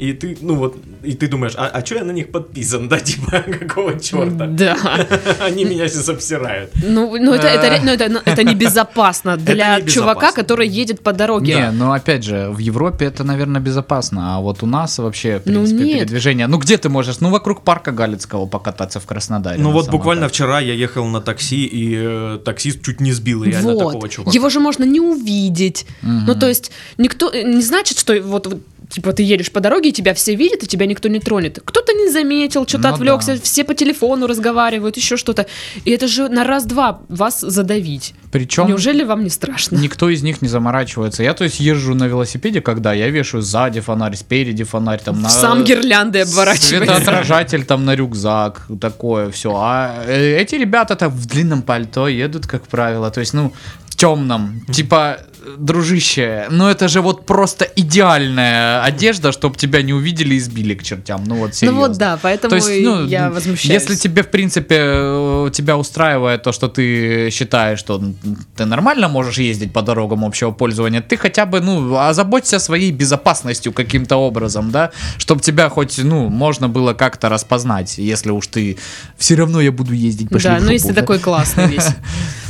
S2: и ты, ну вот, и ты думаешь, а, а чё я на них подписан, да, типа, какого черта?
S1: Да.
S2: Они меня сейчас обсирают.
S1: Ну, ну, это, это, ре- ну, это, ну, это небезопасно для
S2: небезопасно.
S1: чувака, который едет по дороге.
S3: Не, ну опять же, в Европе это, наверное, безопасно, а вот у нас вообще, в
S1: Ну,
S3: принципе,
S1: нет.
S3: передвижение... Ну, где ты можешь? Ну, вокруг парка Галицкого покататься в Краснодаре.
S2: Ну
S3: на
S2: вот
S3: самокате.
S2: буквально вчера я ехал на такси, и э, таксист чуть не сбил реально такого чувака.
S1: Его же можно не увидеть.
S3: Мгм.
S1: Ну, то есть, никто э, не значит, что вот, вот, типа ты едешь по дороге, и тебя все видят, и тебя никто не тронет. Кто-то не заметил, что-то
S3: Ну
S1: отвлекся,
S3: да.
S1: все по телефону разговаривают, еще что-то. И это же на раз-два вас задавить.
S3: Причем...
S1: Неужели вам не страшно?
S3: Никто из них не заморачивается. Я, то есть, езжу на велосипеде, когда я вешаю сзади фонарь, спереди фонарь, там на...
S1: Сам гирлянды обворачивается.
S3: Светоотражатель там на рюкзак, такое все. А э, эти ребята-то в длинном пальто едут, как правило. То есть, ну, в темном. Типа, э, дружище, ну это же вот просто идеальная одежда, чтобы тебя не увидели и сбили к чертям. Ну вот
S1: Ну
S3: серьезно.
S1: вот да, поэтому и я возмущаюсь.
S3: ну, Если тебе, в принципе, э, тебя устраивает то, что ты считаешь, что м, ты нормально можешь ездить по дорогам общего пользования, ты хотя бы, ну, озаботься своей безопасностью каким-то образом, да, чтобы тебя хоть, ну, можно было как-то распознать, если уж ты все равно я буду ездить по
S1: да,
S3: шлифу,
S1: ну если
S3: да.
S1: такой классный весь.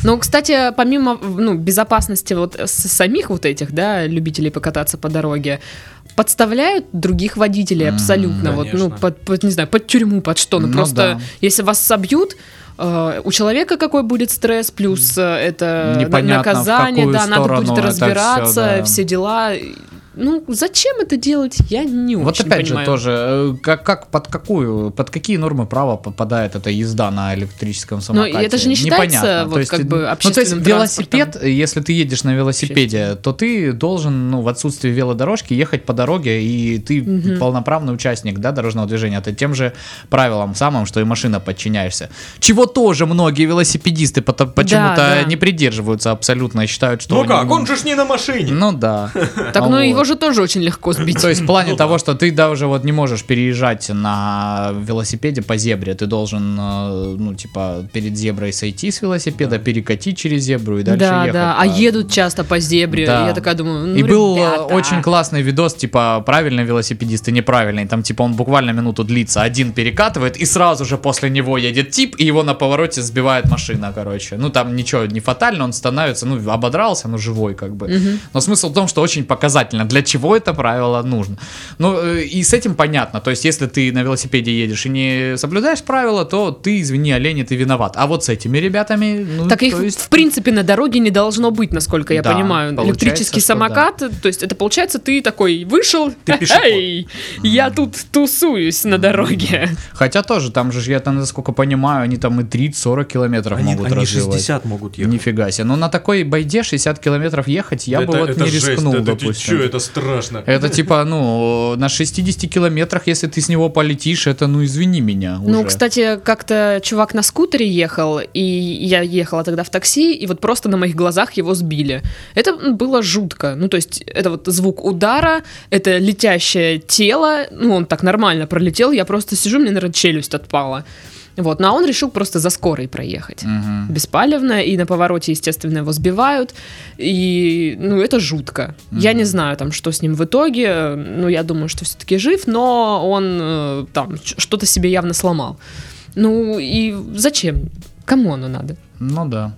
S1: Ну, кстати, помимо ну, безопасности вот с- самих вот этих, да, любителей покататься по дороге, подставляют других водителей
S3: М,
S1: абсолютно, вот, ну,
S2: конечно.
S1: под, под, не знаю, под тюрьму, под что, ну,
S3: Ну
S1: просто
S3: да.
S1: если вас собьют, э, у человека какой будет стресс, плюс э, это на-
S3: Непонятно, в
S1: наказание,
S3: какую
S1: да, надо
S3: сторону
S1: будет
S3: это всё,
S1: разбираться,
S3: да.
S1: все дела. Ну, зачем это делать, я не
S3: Ну, Вот
S1: очень
S3: опять
S1: понимаю.
S3: же тоже, э, как, как под какую, под какие нормы права попадает эта езда на электрическом
S1: Но Ну, и
S3: самокате?
S1: это же не считается
S3: Непонятно.
S1: вот
S3: То есть,
S1: как бы
S3: ну, то есть
S1: общественным
S3: велосипед,
S1: транспортом.
S3: э, если ты едешь на велосипеде, то ты должен, ну, в отсутствии велодорожки ехать по дороге, и ты
S1: Мгм.
S3: полноправный участник, да, дорожного движения. Ты тем же правилам самым, что и машина подчиняешься. Чего тоже многие велосипедисты пото- почему-то
S1: да.
S3: не придерживаются абсолютно и считают, что...
S2: Ну
S3: они-
S2: как, он же ж не на машине.
S3: Ну да.
S1: Так, ну
S3: Вот.
S1: его же тоже очень легко сбить.
S3: То есть в плане
S2: Ну
S3: того,
S2: да.
S3: что ты даже вот не можешь переезжать на велосипеде по зебре, ты должен, э, ну, типа, перед зеброй сойти с велосипеда, перекатить через зебру и дальше
S1: да,
S3: ехать.
S1: да, а
S3: по-
S1: едут часто по зебре.
S3: Да.
S1: Я такая думаю, ну,
S3: и был э,
S1: ребята.
S3: очень классный видос, типа, правильный велосипедист и неправильный. Там, типа, он буквально минуту длится. Один перекатывает, и сразу же после него едет тип, и его на повороте сбивает машина, короче. Ну, там ничего не фатально, он становится, ну, ободрался, но живой, как бы.
S1: Мгм.
S3: Но смысл в том, что очень показательно, для чего это правило нужно. Ну, э, и с этим понятно. То есть, если ты на велосипеде едешь и не соблюдаешь правила, то ты, извини, олени, ты виноват. А вот с этими ребятами, ну,
S1: Так их,
S3: то есть...
S1: в принципе, на дороге не должно быть, насколько я
S3: Да,
S1: понимаю.
S3: получается,
S1: Электрический
S3: что
S1: самокат, то есть это получается, ты такой вышел,
S2: Ты пешеход.
S1: «Эй, я тут тусуюсь на дороге.
S3: Хотя тоже, там же, я там, насколько понимаю, они там и 30-40 километров
S2: Они,
S3: могут
S2: они
S3: развивать.
S2: 60 могут ехать.
S3: Нифига себе. Ну, на такой байде 60 километров ехать я бы
S2: Это-
S3: вот
S2: это
S3: не
S2: жесть,
S3: рискнул,
S2: это, ты
S3: допустим.
S2: чё, это страшно.
S3: Это типа, ну, на 60 километрах, если ты с него полетишь, это, ну, извини меня уже.
S1: Ну, кстати, как-то чувак на скутере ехал, и я ехала тогда в такси, и вот просто на моих глазах его сбили. Это м, было жутко. Ну, то есть, это вот звук удара, это летящее тело, ну, он так нормально пролетел, я просто сижу, мне, наверное, челюсть отпала. Вот, ну, а он решил просто за скорой проехать.
S3: Мгм.
S1: Беспалевно, и на повороте, естественно, его сбивают, и, ну, это жутко. Я не знаю, там, что с ним в итоге, ну, я думаю, что все-таки жив, но он, э, там, ч- что-то себе явно сломал. Ну, и зачем? Кому оно надо?
S3: Ну да.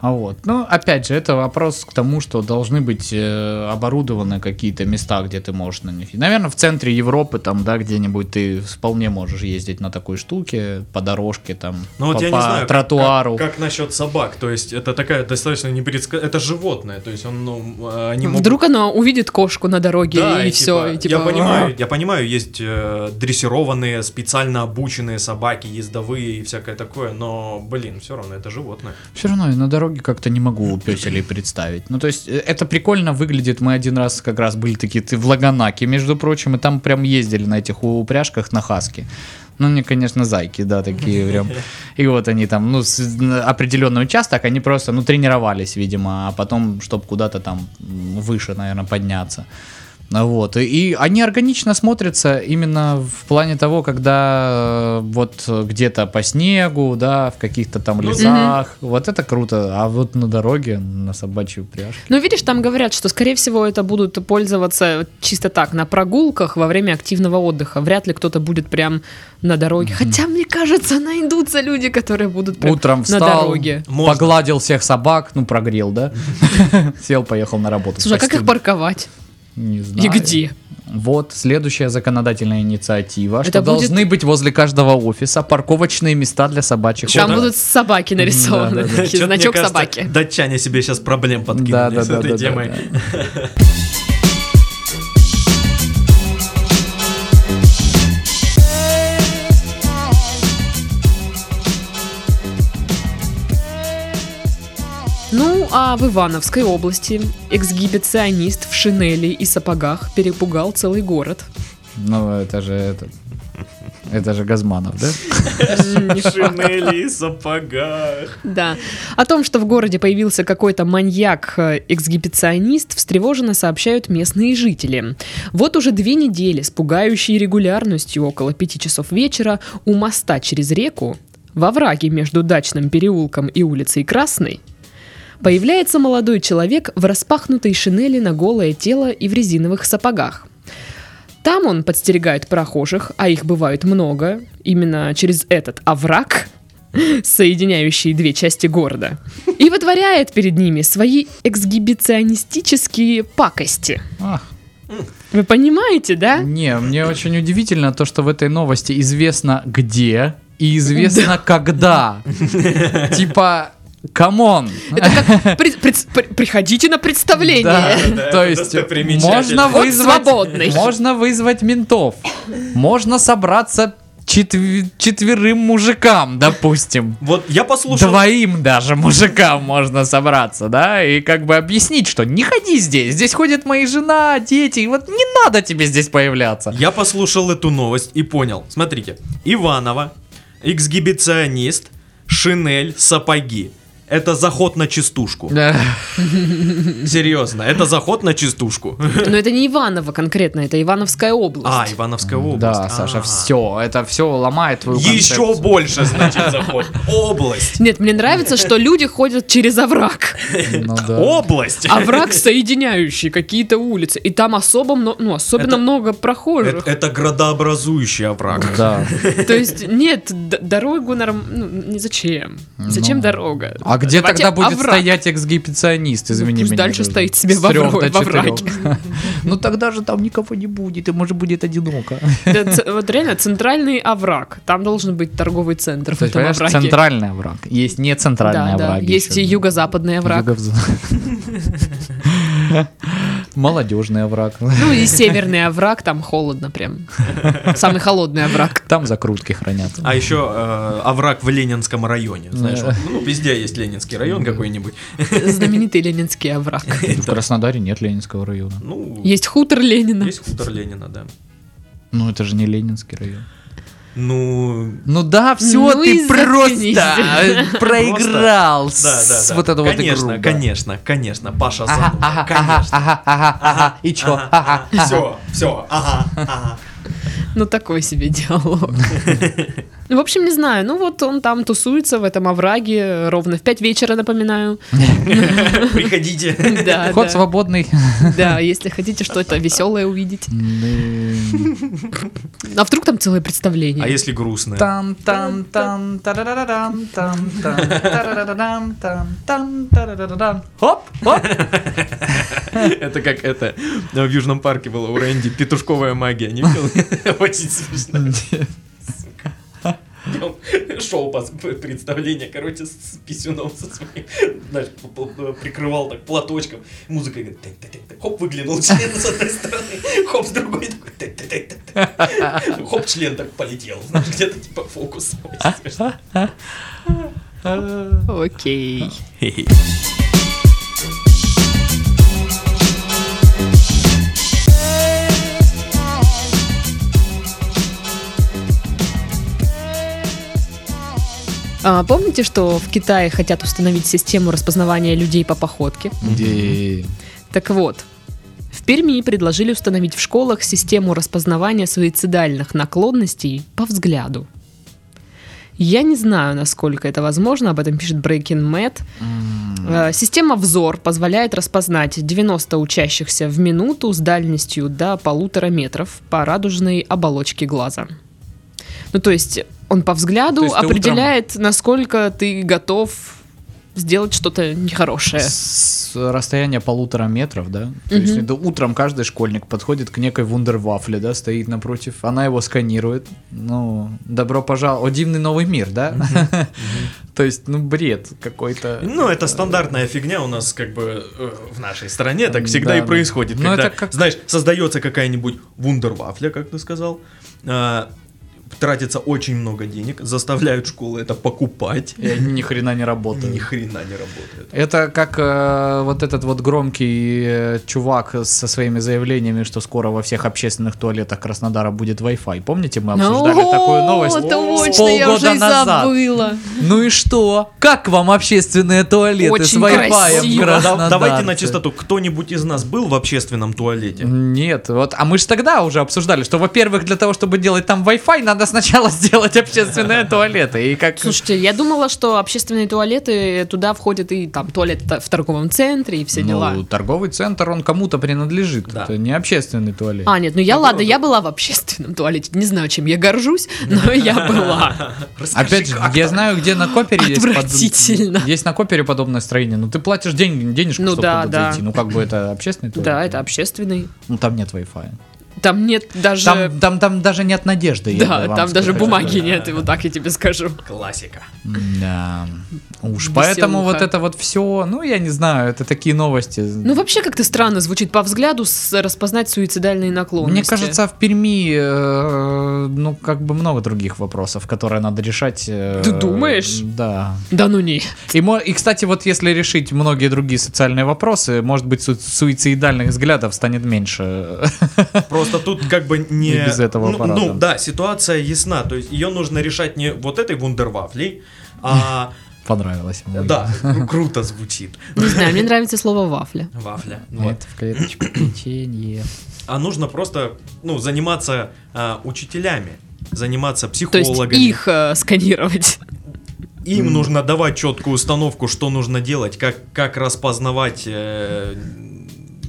S3: А вот. Ну, опять же, это вопрос к тому, что должны быть э, оборудованы какие-то места, где ты можешь на них. Наверное, в центре Европы, там, да, где-нибудь ты вполне можешь ездить на такой штуке, по дорожке, там,
S2: Ну вот
S3: по,
S2: я
S3: по
S2: не знаю, как-
S3: тротуару.
S2: Как, как насчет собак? То есть это такая достаточно непредсказуемая... Это животное, то есть он, ну, э, они могут...
S1: Вдруг оно увидит кошку на дороге,
S2: Да,
S1: и,
S2: и
S1: все.
S2: типа, я понимаю, я понимаю, есть э, дрессированные, специально обученные собаки, ездовые и всякое такое, но, блин, все равно это животное.
S3: Все равно я на дороге как-то не могу песелей представить. Ну, то есть, э, это прикольно выглядит. Мы один раз как раз были такие ты в Лаганаке, между прочим, и там прям ездили на этих упряжках на хаске. Ну, они, конечно, зайки, да, такие прям. И вот они там, ну, с- на определенный участок, они просто, ну, тренировались, видимо, а потом, чтобы куда-то там м, выше, наверное, подняться. Ну Вот. И, и они органично смотрятся именно в плане того, когда э, вот э, где-то по снегу, да, в каких-то там
S2: Ну,
S3: лесах. Вот это круто. А вот на дороге, на собачью упряжке.
S1: Ну, видишь, там говорят, что, скорее всего, это будут пользоваться чисто так, на прогулках во время активного отдыха. Вряд ли кто-то будет прям на дороге. Хотя, мне кажется, найдутся люди, которые будут прям
S3: Утром
S1: на
S3: встал,
S1: дороге.
S2: Можно.
S3: погладил всех собак, ну, прогрел, да? Сел, поехал на работу.
S1: Слушай, а как
S3: Спасибо.
S1: их парковать?
S3: Не знаю.
S1: И где?
S3: Вот следующая законодательная инициатива, что
S1: Это будет-
S3: должны быть возле каждого офиса парковочные места для собачьих.
S1: Там
S3: упряжек.
S1: будут собаки нарисованы.
S3: Да-да-да.
S1: такие,
S2: Чё-то, мне
S1: Значок
S2: кажется,
S1: собаки.
S2: Датчане себе сейчас проблем подкинули
S3: Да, да,
S2: с
S3: да,
S2: этой
S3: да, да,
S2: темой.
S3: да.
S1: Ну, а в Ивановской области эксгибиционист в шинели и сапогах перепугал целый город.
S3: Ну, это же это. Это же Газманов, да?
S2: Шинели и сапогах.
S1: Да. О том, что в городе появился какой-то маньяк-эксгибиционист, встревоженно сообщают местные жители. Вот уже две недели с пугающей регулярностью около пяти часов вечера у моста через реку, во враге между дачным переулком и улицей Красной, появляется молодой человек в распахнутой шинели на голое тело и в резиновых сапогах. Там он подстерегает прохожих, а их бывает много, именно через этот овраг, соединяющий две части города, и вытворяет перед ними свои эксгибиционистические пакости.
S3: А,
S1: Вы понимаете, да?
S3: не, мне очень удивительно то, что в этой новости известно где и известно когда. Типа, камон.
S1: Это А как при- при- при- приходите на представление.
S3: Да,
S2: Да,
S3: то
S2: это
S3: есть
S2: достопримечательность.
S3: можно
S1: Вот
S3: вызвать,
S1: свободный.
S3: можно вызвать ментов, можно собраться четве- четверым мужикам, допустим.
S2: Вот я послушал.
S3: Двоим даже мужикам можно собраться, да, и как бы объяснить, что не ходи здесь, здесь ходит моя жена, дети, и вот не надо тебе здесь появляться.
S2: Я послушал эту новость и понял. Смотрите, Иванова, эксгибиционист, шинель, сапоги. Это заход на частушку.
S3: Эх,
S2: Серьезно, это заход на частушку.
S1: Но это не Иваново конкретно, это Ивановская область.
S2: А, Ивановская область.
S3: Да, Саша,
S2: А.
S3: все, это все ломает твою
S2: Еще
S3: концепцию.
S2: больше, значит, заход. Область.
S1: Нет, мне нравится, что люди ходят через овраг.
S3: Ну да. А
S2: Область.
S1: Овраг, соединяющий какие-то улицы. И там особо мно- ну, особенно
S2: Это-
S1: много прохожих.
S2: Это, это градообразующий овраг.
S3: Да.
S1: То есть, нет, д- дорогу норм... ну, не зачем. Зачем
S3: Ну.
S1: дорога?
S3: А где
S1: Давайте
S3: тогда будет
S1: овраг.
S3: стоять эксгибиционист, извини
S1: Ну, пусть
S3: меня.
S1: дальше
S3: дружище.
S1: стоит себе
S3: С
S1: во
S3: трёх
S1: вра-
S3: до
S1: во
S3: четырёх. Ну тогда же там никого не будет, и может будет одиноко.
S1: Да, ц- Вот реально центральный овраг. Там должен быть торговый центр в
S3: То есть,
S1: этом
S3: понимаешь,
S1: овраге.
S3: центральный овраг, есть не центральный
S1: Да,
S3: овраг.
S1: да. Есть и юго-западный овраг.
S3: Молодежный овраг.
S1: Ну и северный овраг, там холодно прям. Самый холодный овраг.
S3: Там закрутки хранятся.
S2: А еще э, овраг в Ленинском районе. Знаешь, вот, ну, везде есть Ленинский район какой-нибудь.
S1: Знаменитый Ленинский овраг.
S3: В Краснодаре нет Ленинского района.
S2: Ну,
S1: Есть хутор Ленина.
S2: есть хутор Ленина, да.
S3: Ну это же не Ленинский район.
S2: Ну,
S3: Ну да, все,
S1: Ну и
S3: ты
S1: заткнись.
S3: просто э, проиграл
S2: да, да,
S3: с
S2: да.
S3: вот эту вот
S2: Конечно,
S3: игру. да.
S2: конечно, конечно, Паша
S3: Ага,
S2: Зануда,
S3: ага, ага,
S2: конечно.
S3: ага, ага, ага, и чё? Ага, ага.
S2: Все, все, ага, ага.
S1: Ну такой себе диалог. Ну, В общем, не знаю. Ну вот он там тусуется в этом овраге ровно в 5 вечера, напоминаю.
S2: Приходите.
S1: Да,
S3: Ход
S1: да.
S3: свободный.
S1: Да, если хотите что-то веселое увидеть. А вдруг там целое представление?
S2: А если грустно?
S3: Там, там, там, тарарарам, там, там, тарарарам, там, там, тарарарам. Хоп, хоп.
S2: Это как это э, в Южном парке было у Рэнди петушковая магия, не видел? Очень смешно. Он Шел по представление, короче, с с писюном со своим, знаешь, п- п- прикрывал так платочком, музыка играет, тык, тык, тык, тык. хоп, выглянул член с одной стороны, хоп, с другой, такой, тык, тык, тык, тык, тык. хоп, член так полетел, знаешь, где-то типа фокус. Очень смешно.
S1: Окей. А, помните, что в Китае хотят установить систему распознавания людей по походке? Так вот, в Перми предложили установить в школах систему распознавания суицидальных наклонностей по взгляду. Я не знаю, насколько это возможно, об этом пишет Breaking Mad. Э, Система «Взор» позволяет распознать 90 учащихся в минуту с дальностью до полутора метров по радужной оболочке глаза. Ну, то есть он по
S3: То
S1: взгляду
S3: есть ты утром-
S1: определяет, насколько ты готов сделать что-то нехорошее.
S3: С с расстояния полутора метров, да? То есть
S1: Мгм.
S3: это утром каждый школьник подходит к некой вундервафле, да, стоит напротив, она его сканирует. Ну, добро пожаловать. О, дивный новый мир, да? То есть, ну, бред какой-то.
S2: Ну, это стандартная фигня у нас, как бы, э, в нашей стране так всегда
S3: Да,
S2: и
S3: да.
S2: происходит.
S3: Ну,
S2: когда,
S3: это как-
S2: знаешь, создается какая-нибудь вундервафля, как ты сказал, а, тратится очень много денег, заставляют школы это покупать,
S3: И они ни хрена не
S2: и ни
S3: работают.
S2: хрена не работает.
S3: Это как э, вот этот вот громкий э, чувак со своими заявлениями, что скоро во всех общественных туалетах Краснодара будет Wi-Fi. Помните, мы обсуждали
S1: Ну, О,
S3: такую новость?
S1: точно, я
S3: с полгода
S1: уже и
S3: назад.
S1: забыла.
S3: Ну и что? Как вам общественные туалеты с
S1: Очень
S3: Wi-Fi в
S1: красиво.
S3: Краснодарце?
S2: Давайте на чистоту, кто-нибудь из нас был в общественном туалете?
S3: Нет, вот, а мы же тогда уже обсуждали, что, во-первых, для того, чтобы делать там Wi-Fi, надо сначала сделать общественные туалеты. И как...
S1: Слушайте, я думала, что общественные туалеты туда входят и там туалет та- в торговом центре и все дела.
S3: Ну, торговый центр, он кому-то принадлежит.
S2: Да.
S3: Это не общественный туалет.
S1: А, нет, ну я, ладно, я была в общественном туалете. Не знаю, чем я горжусь, но я была.
S3: Опять же, я знаю, где на Копере есть... под-
S1: а Отвратительно.
S3: Есть на Копере подобное строение. Ну, ты платишь деньги, денежку,
S1: Ну
S3: чтобы
S1: да,
S3: туда
S1: да.
S3: зайти. Ну, как бы это общественный туалет.
S1: Да, это общественный.
S3: Ну, там нет Wi-Fi.
S1: Там нет даже...
S3: Там, там, там даже нет надежды. я бы
S1: да,
S3: вам
S1: там даже
S3: сказал.
S1: бумаги нет, и вот так я тебе скажу.
S2: Классика.
S3: Да. Уж поэтому вот это вот все, ну я не знаю, это такие новости.
S1: Ну, вообще как-то странно звучит по взгляду с- распознать суицидальные наклонности.
S3: Мне кажется, в Перми, э, ну как бы много других вопросов, которые надо решать. э,
S1: Ты думаешь?
S3: Да.
S1: Да ну не.
S3: И, мо- и, кстати, вот если решить многие другие социальные вопросы, может быть, су- суицидальных взглядов станет меньше.
S2: Просто тут как бы не...
S3: И без этого
S2: ну,
S3: аппарата.
S2: Ну, да, ситуация ясна. То есть ее нужно решать не вот этой вундервафлей, а...
S3: Понравилось. А ему.
S2: Да, ну, круто звучит.
S1: Не знаю, мне нравится слово вафля.
S2: Вафля. Ну, Вот.
S3: Нет, в клеточку печенье.
S2: А нужно просто, ну, заниматься а, учителями, заниматься
S1: То есть
S2: психологами.
S1: их э, сканировать.
S2: Им нужно давать четкую установку, что нужно делать, как, как распознавать э,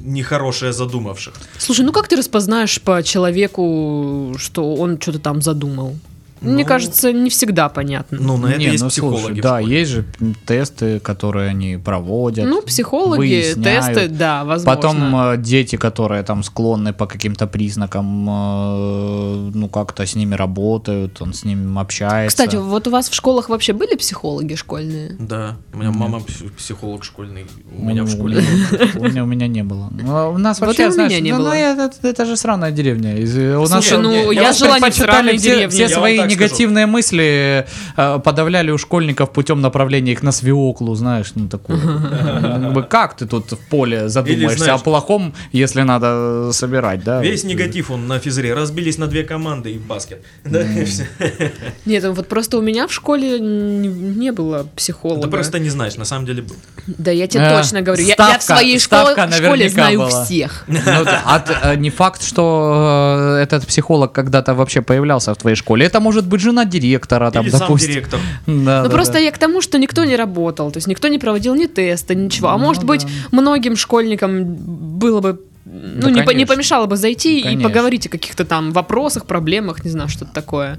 S2: нехорошее задумавших.
S1: Слушай, ну как ты распознаешь по человеку, что он что-то там задумал? Мне
S2: Ну,
S1: кажется, не всегда понятно.
S2: Ну, на это
S3: Не,
S2: есть
S3: ну,
S2: психологи.
S3: слушай,
S2: в
S3: да,
S2: школе.
S3: есть же м, тесты, которые они проводят.
S1: Ну, психологи,
S3: выясняют.
S1: тесты, да, возможно.
S3: Потом э, дети, которые там склонны по каким-то признакам, э, ну как-то с ними работают, он с ними общается.
S1: Кстати, вот у вас в школах вообще были психологи школьные?
S2: Да, у меня мама пс- психолог школьный, у меня
S3: Ну,
S2: в школе.
S3: У меня, у меня не было. Ну, а У нас
S1: Вот
S3: вообще,
S1: и у меня
S3: знаешь,
S1: не
S3: ну,
S1: было.
S3: ну, я- это, это же сраная деревня. Из- э, У нас
S1: Слушай,
S2: Не,
S1: ну,
S2: не, я
S1: я,
S2: вас
S1: жила не в
S3: предпочитали
S1: сраной
S3: все,
S1: деревне.
S3: все
S2: Я
S3: свои
S2: вам так
S3: негативные мысли э, подавляли у школьников путем направления их на свеклу, знаешь, ну такую. Как бы, Как ты тут в поле задумаешься о
S2: знаешь,
S3: плохом, если надо э, собирать, да?
S2: Весь
S3: Вот.
S2: негатив он на физре. Разбились на две команды и баскет. Да, и всё.
S1: Нет, ну вот просто у меня в школе н- не было психолога.
S2: Ты
S3: Ну,
S2: просто не знаешь, на самом деле был.
S1: Да, я тебе
S3: Э,
S1: точно говорю. я- я,
S3: ставка-
S1: в своей школе,
S3: ставка
S1: школе
S3: наверняка
S1: знаю
S3: была.
S1: всех.
S3: Ну, т- а т- э, не факт, что э, этот психолог когда-то вообще появлялся в твоей школе. Это может быть жена директора, А там,
S2: Или сам
S3: допустим.
S2: директор.
S3: Да,
S1: Ну
S3: да,
S1: просто
S3: да.
S1: я к тому, что никто не работал, то есть никто не проводил ни теста, ничего. А
S3: Ну
S1: может быть,
S3: да.
S1: многим школьникам было бы ну, не, по- не
S3: конечно. Ну,
S1: помешало бы зайти и
S3: Конечно.
S1: поговорить о каких-то там вопросах, проблемах, не знаю, что-то такое.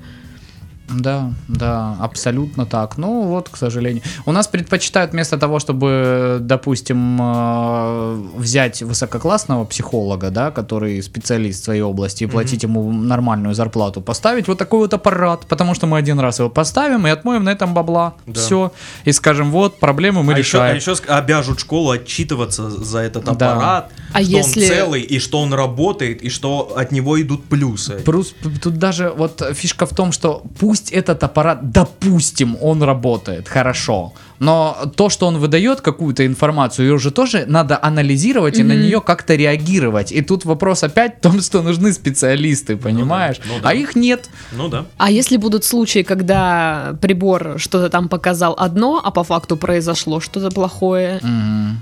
S3: Да, да, абсолютно так. Ну вот, к сожалению. У нас предпочитают вместо того, чтобы, допустим, э, взять высококлассного психолога, да, который специалист в своей области, и платить ему нормальную зарплату, поставить вот такой вот аппарат, потому что мы один раз его поставим и отмоем на этом бабла.
S2: Да.
S3: Все. И скажем, вот, проблему мы
S2: а еще,
S3: решаем.
S2: обяжут школу отчитываться за этот
S3: Да.
S2: аппарат,
S1: А
S2: что
S1: если-
S2: он целый, и что он работает, и что от него идут плюсы.
S3: Плюс п- тут даже вот э, фишка в том, что пусть этот аппарат, допустим, он работает хорошо, но то, что он выдает какую-то информацию, ее уже тоже надо анализировать и на нее как-то реагировать. И тут вопрос опять в том, что нужны специалисты, понимаешь?
S2: ну да.
S3: А их нет.
S2: Ну да.
S1: А если будут случаи, когда прибор что-то там показал одно, а по факту произошло что-то плохое,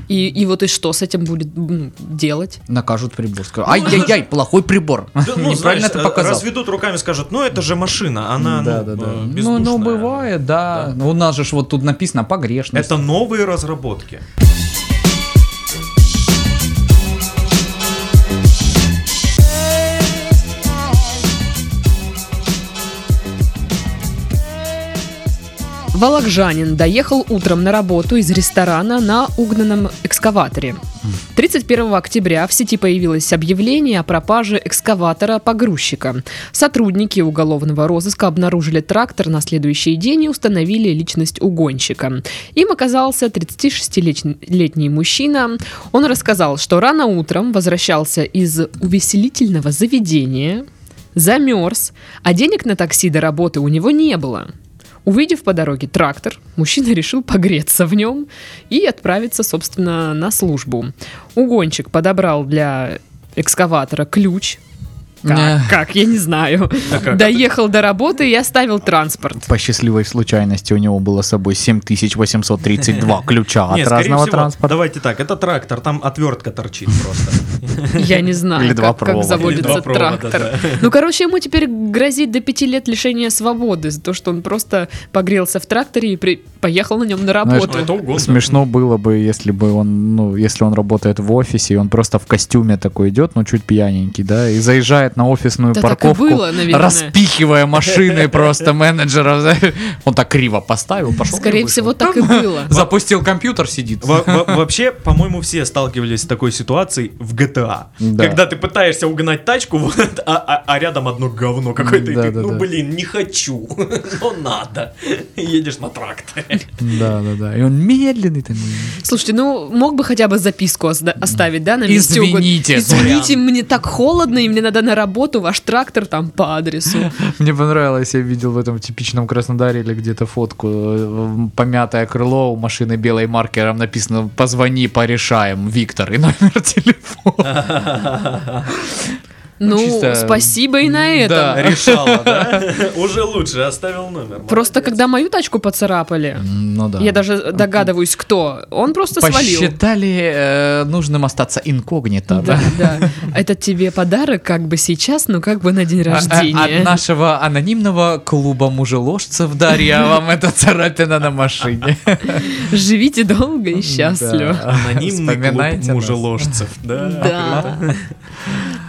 S1: и, и вот и что с этим будет м, делать?
S3: Накажут прибор. Скажут,
S2: Ну, это
S3: Ай-яй-яй, плохой прибор.
S2: Да, ну,
S3: Неправильно
S2: знаешь,
S3: ты
S2: э,
S3: показал.
S2: разведут руками, скажут, ну это же машина, она
S3: Да,
S2: ну,
S3: да, да.
S2: э,
S3: Ну, ну,
S2: бездушная».
S3: бывает, да. Ну, У нас же ж вот тут написано погрешность.
S2: Это новые разработки.
S1: Вологжанин доехал утром на работу из ресторана на угнанном экскаваторе. 31 октября в сети появилось объявление о пропаже экскаватора-погрузчика. Сотрудники уголовного розыска обнаружили трактор на следующий день и установили личность угонщика. Им оказался 36-летний мужчина. Он рассказал, что рано утром возвращался из увеселительного заведения, замерз, а денег на такси до работы у него не было. Увидев по дороге трактор, мужчина решил погреться в нем и отправиться, собственно, на службу. Угонщик подобрал для экскаватора ключ.
S3: Да.
S1: Как, как? я не знаю.
S2: А как?
S1: Доехал до работы и оставил транспорт.
S3: По счастливой случайности у него было с собой 7832 ключа
S2: Не,
S3: от
S2: скорее
S3: разного
S2: всего,
S3: транспорта.
S2: Давайте так, это трактор, там отвертка торчит просто.
S1: Я не знаю,
S3: Или два
S1: как, как
S3: провода.
S1: заводится
S2: Или два провода,
S1: трактор.
S2: да.
S1: Ну, короче, ему теперь грозит до пяти лет лишения свободы за то, что он просто погрелся в тракторе и при- поехал на нем на
S3: Знаешь,
S1: работу.
S2: Ну, это угодно.
S3: Смешно было бы, если бы он, ну, если он работает в офисе, и он просто в костюме такой идет, ну, чуть пьяненький, да, и заезжает на офисную
S1: Да так и
S3: парковку,
S1: было, наверное.
S3: распихивая машины просто менеджеров. знаешь. Он так криво поставил, пошел. и
S1: Скорее
S3: вышел.
S1: всего, так и было.
S3: Запустил компьютер, сидит.
S2: Во- во- Вообще, по-моему, все сталкивались с такой ситуацией в GTA.
S3: Да.
S2: Когда ты пытаешься угнать тачку, вот, а, а- а рядом одно говно какое-то, и
S3: Да,
S2: ты,
S3: да,
S2: ну
S3: да.
S2: блин, не хочу, но надо. Едешь на тракторе.
S3: Да, да, да. И он медленный там.
S1: Слушайте, ну мог бы хотя бы записку озда- оставить, да, на месте угон-
S3: Извините.
S1: Извините, мне так холодно, и мне надо на работу, ваш трактор там по адресу.
S3: Мне понравилось, я видел в этом типичном Краснодаре или где-то фотку. э, Помятое крыло у машины белой маркером написано «Позвони, порешаем, Виктор» и номер телефона.
S1: Ну,
S3: Чисто-
S1: спасибо и на этом.
S3: Да.
S2: Решала, да? Уже лучше, оставил номер.
S1: Просто когда мою тачку поцарапали,
S3: Ну да.
S1: я даже догадываюсь, кто, он просто свалил.
S3: Посчитали э, нужным остаться инкогнито.
S1: Да,
S3: Да.
S1: да. Это тебе подарок как бы сейчас, но как бы на день
S3: А- а- От
S1: рождения.
S3: нашего анонимного клуба мужеложцев Дарья вам эта царапина на машине.
S1: Живите долго и счастливо.
S3: Да.
S2: Анонимный
S3: Вспоминайте
S2: клуб
S3: нас.
S2: мужеложцев. Да.
S1: Да.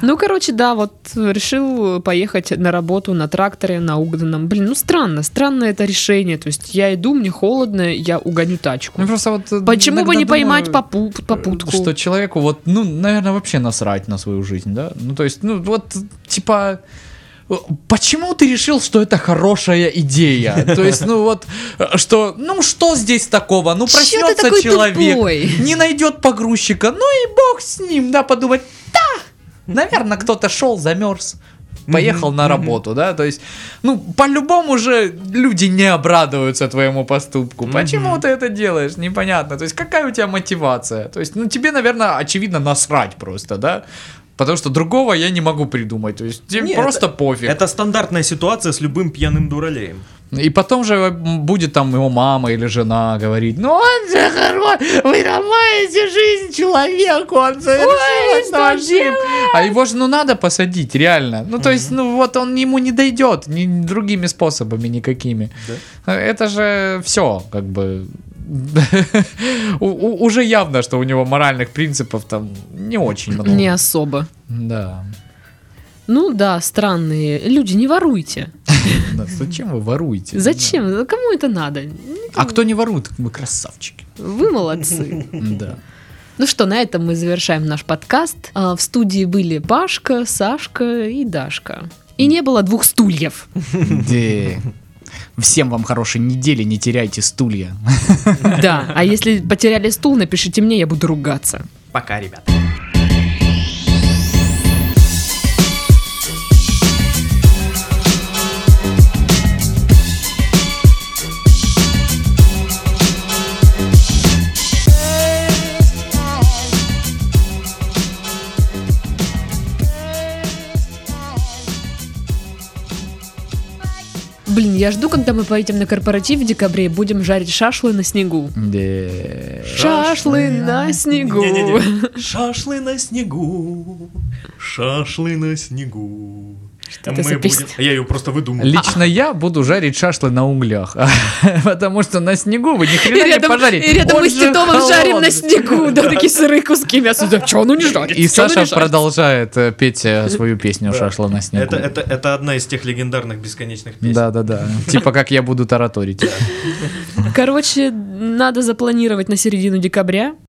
S1: Ну, короче, да, вот э, решил поехать на работу на тракторе, на угнанном. Блин, ну странно, странное это решение. То есть я иду, мне холодно, я угоню тачку.
S3: Ну, просто вот, э,
S1: Почему бы
S3: иногда
S1: не поймать
S3: думаю, э,
S1: попу- попутку?
S3: Что человеку вот, ну, наверное, вообще насрать на свою жизнь, да? Ну, то есть, ну, вот, типа... э, Почему ты решил, что это хорошая идея? То есть, ну вот, э, что, ну что здесь такого? Ну
S1: Чё ты
S3: проснется
S1: такой
S3: человек,
S1: тупой?
S3: не найдет погрузчика, ну и бог с ним, да, подумать, да, наверное, кто-то шел, замерз, поехал на работу, да, то есть, ну, по-любому же люди не обрадуются твоему поступку, почему ты это делаешь, непонятно, то есть, какая у тебя мотивация, то есть, ну, тебе, наверное, очевидно насрать просто, да, потому что другого я не могу придумать, то есть, тебе
S2: Не,
S3: просто пофиг.
S2: Это стандартная ситуация с любым пьяным дуралеем.
S3: И потом же м, будет там его мама или жена говорить, ну он же хорош, вы ломаете жизнь человеку, он совершенно ошиб». А его же ну надо посадить, реально. Ну то есть, ну вот он ему не дойдет ни другими способами никакими. Это же все, как бы... У- у- Уже явно, что у него моральных принципов там не очень много.
S1: Не особо.
S3: Да.
S1: Ну да, странные. Люди, не воруйте.
S3: Да, Зачем вы воруете?
S1: Зачем? Ну, Кому это надо?
S3: А кто не ворует, вы красавчики.
S1: Вы молодцы.
S3: Да.
S1: Ну что, на этом мы завершаем наш подкаст. А, В студии были Пашка, Сашка и Дашка. И не было двух стульев.
S3: Да. Всем вам хорошей недели, не теряйте стулья.
S1: Да, а если потеряли стул, напишите мне, я буду ругаться.
S2: Пока, ребят.
S1: Блин, я жду, когда мы поедем на корпоратив в декабре и будем жарить шашлы на снегу. Шашлы на снегу.
S2: Не-не-не. Шашлы на снегу, шашлы на снегу.
S1: Что это за
S2: Мы
S1: песня?
S2: будем- Я ее просто выдумал.
S4: Лично я буду жарить шашлы на углях, потому что на снегу вы ни
S1: И
S4: хрена не
S1: рядом,
S4: пожарите.
S1: и рядом
S4: Он
S1: мы с
S4: же
S1: Титовым жарим на
S4: холодный.
S1: снегу, да, такие сырые куски мяса. Да, чё оно не жарит?
S4: И
S1: Чё оно
S4: Саша
S1: не жарит?
S4: продолжает э, петь э, свою песню «Шашла на снегу».
S2: Это, это, это одна из тех легендарных бесконечных песен.
S4: Да, да, да. Типа как я буду тараторить.
S1: Короче, надо запланировать на середину декабря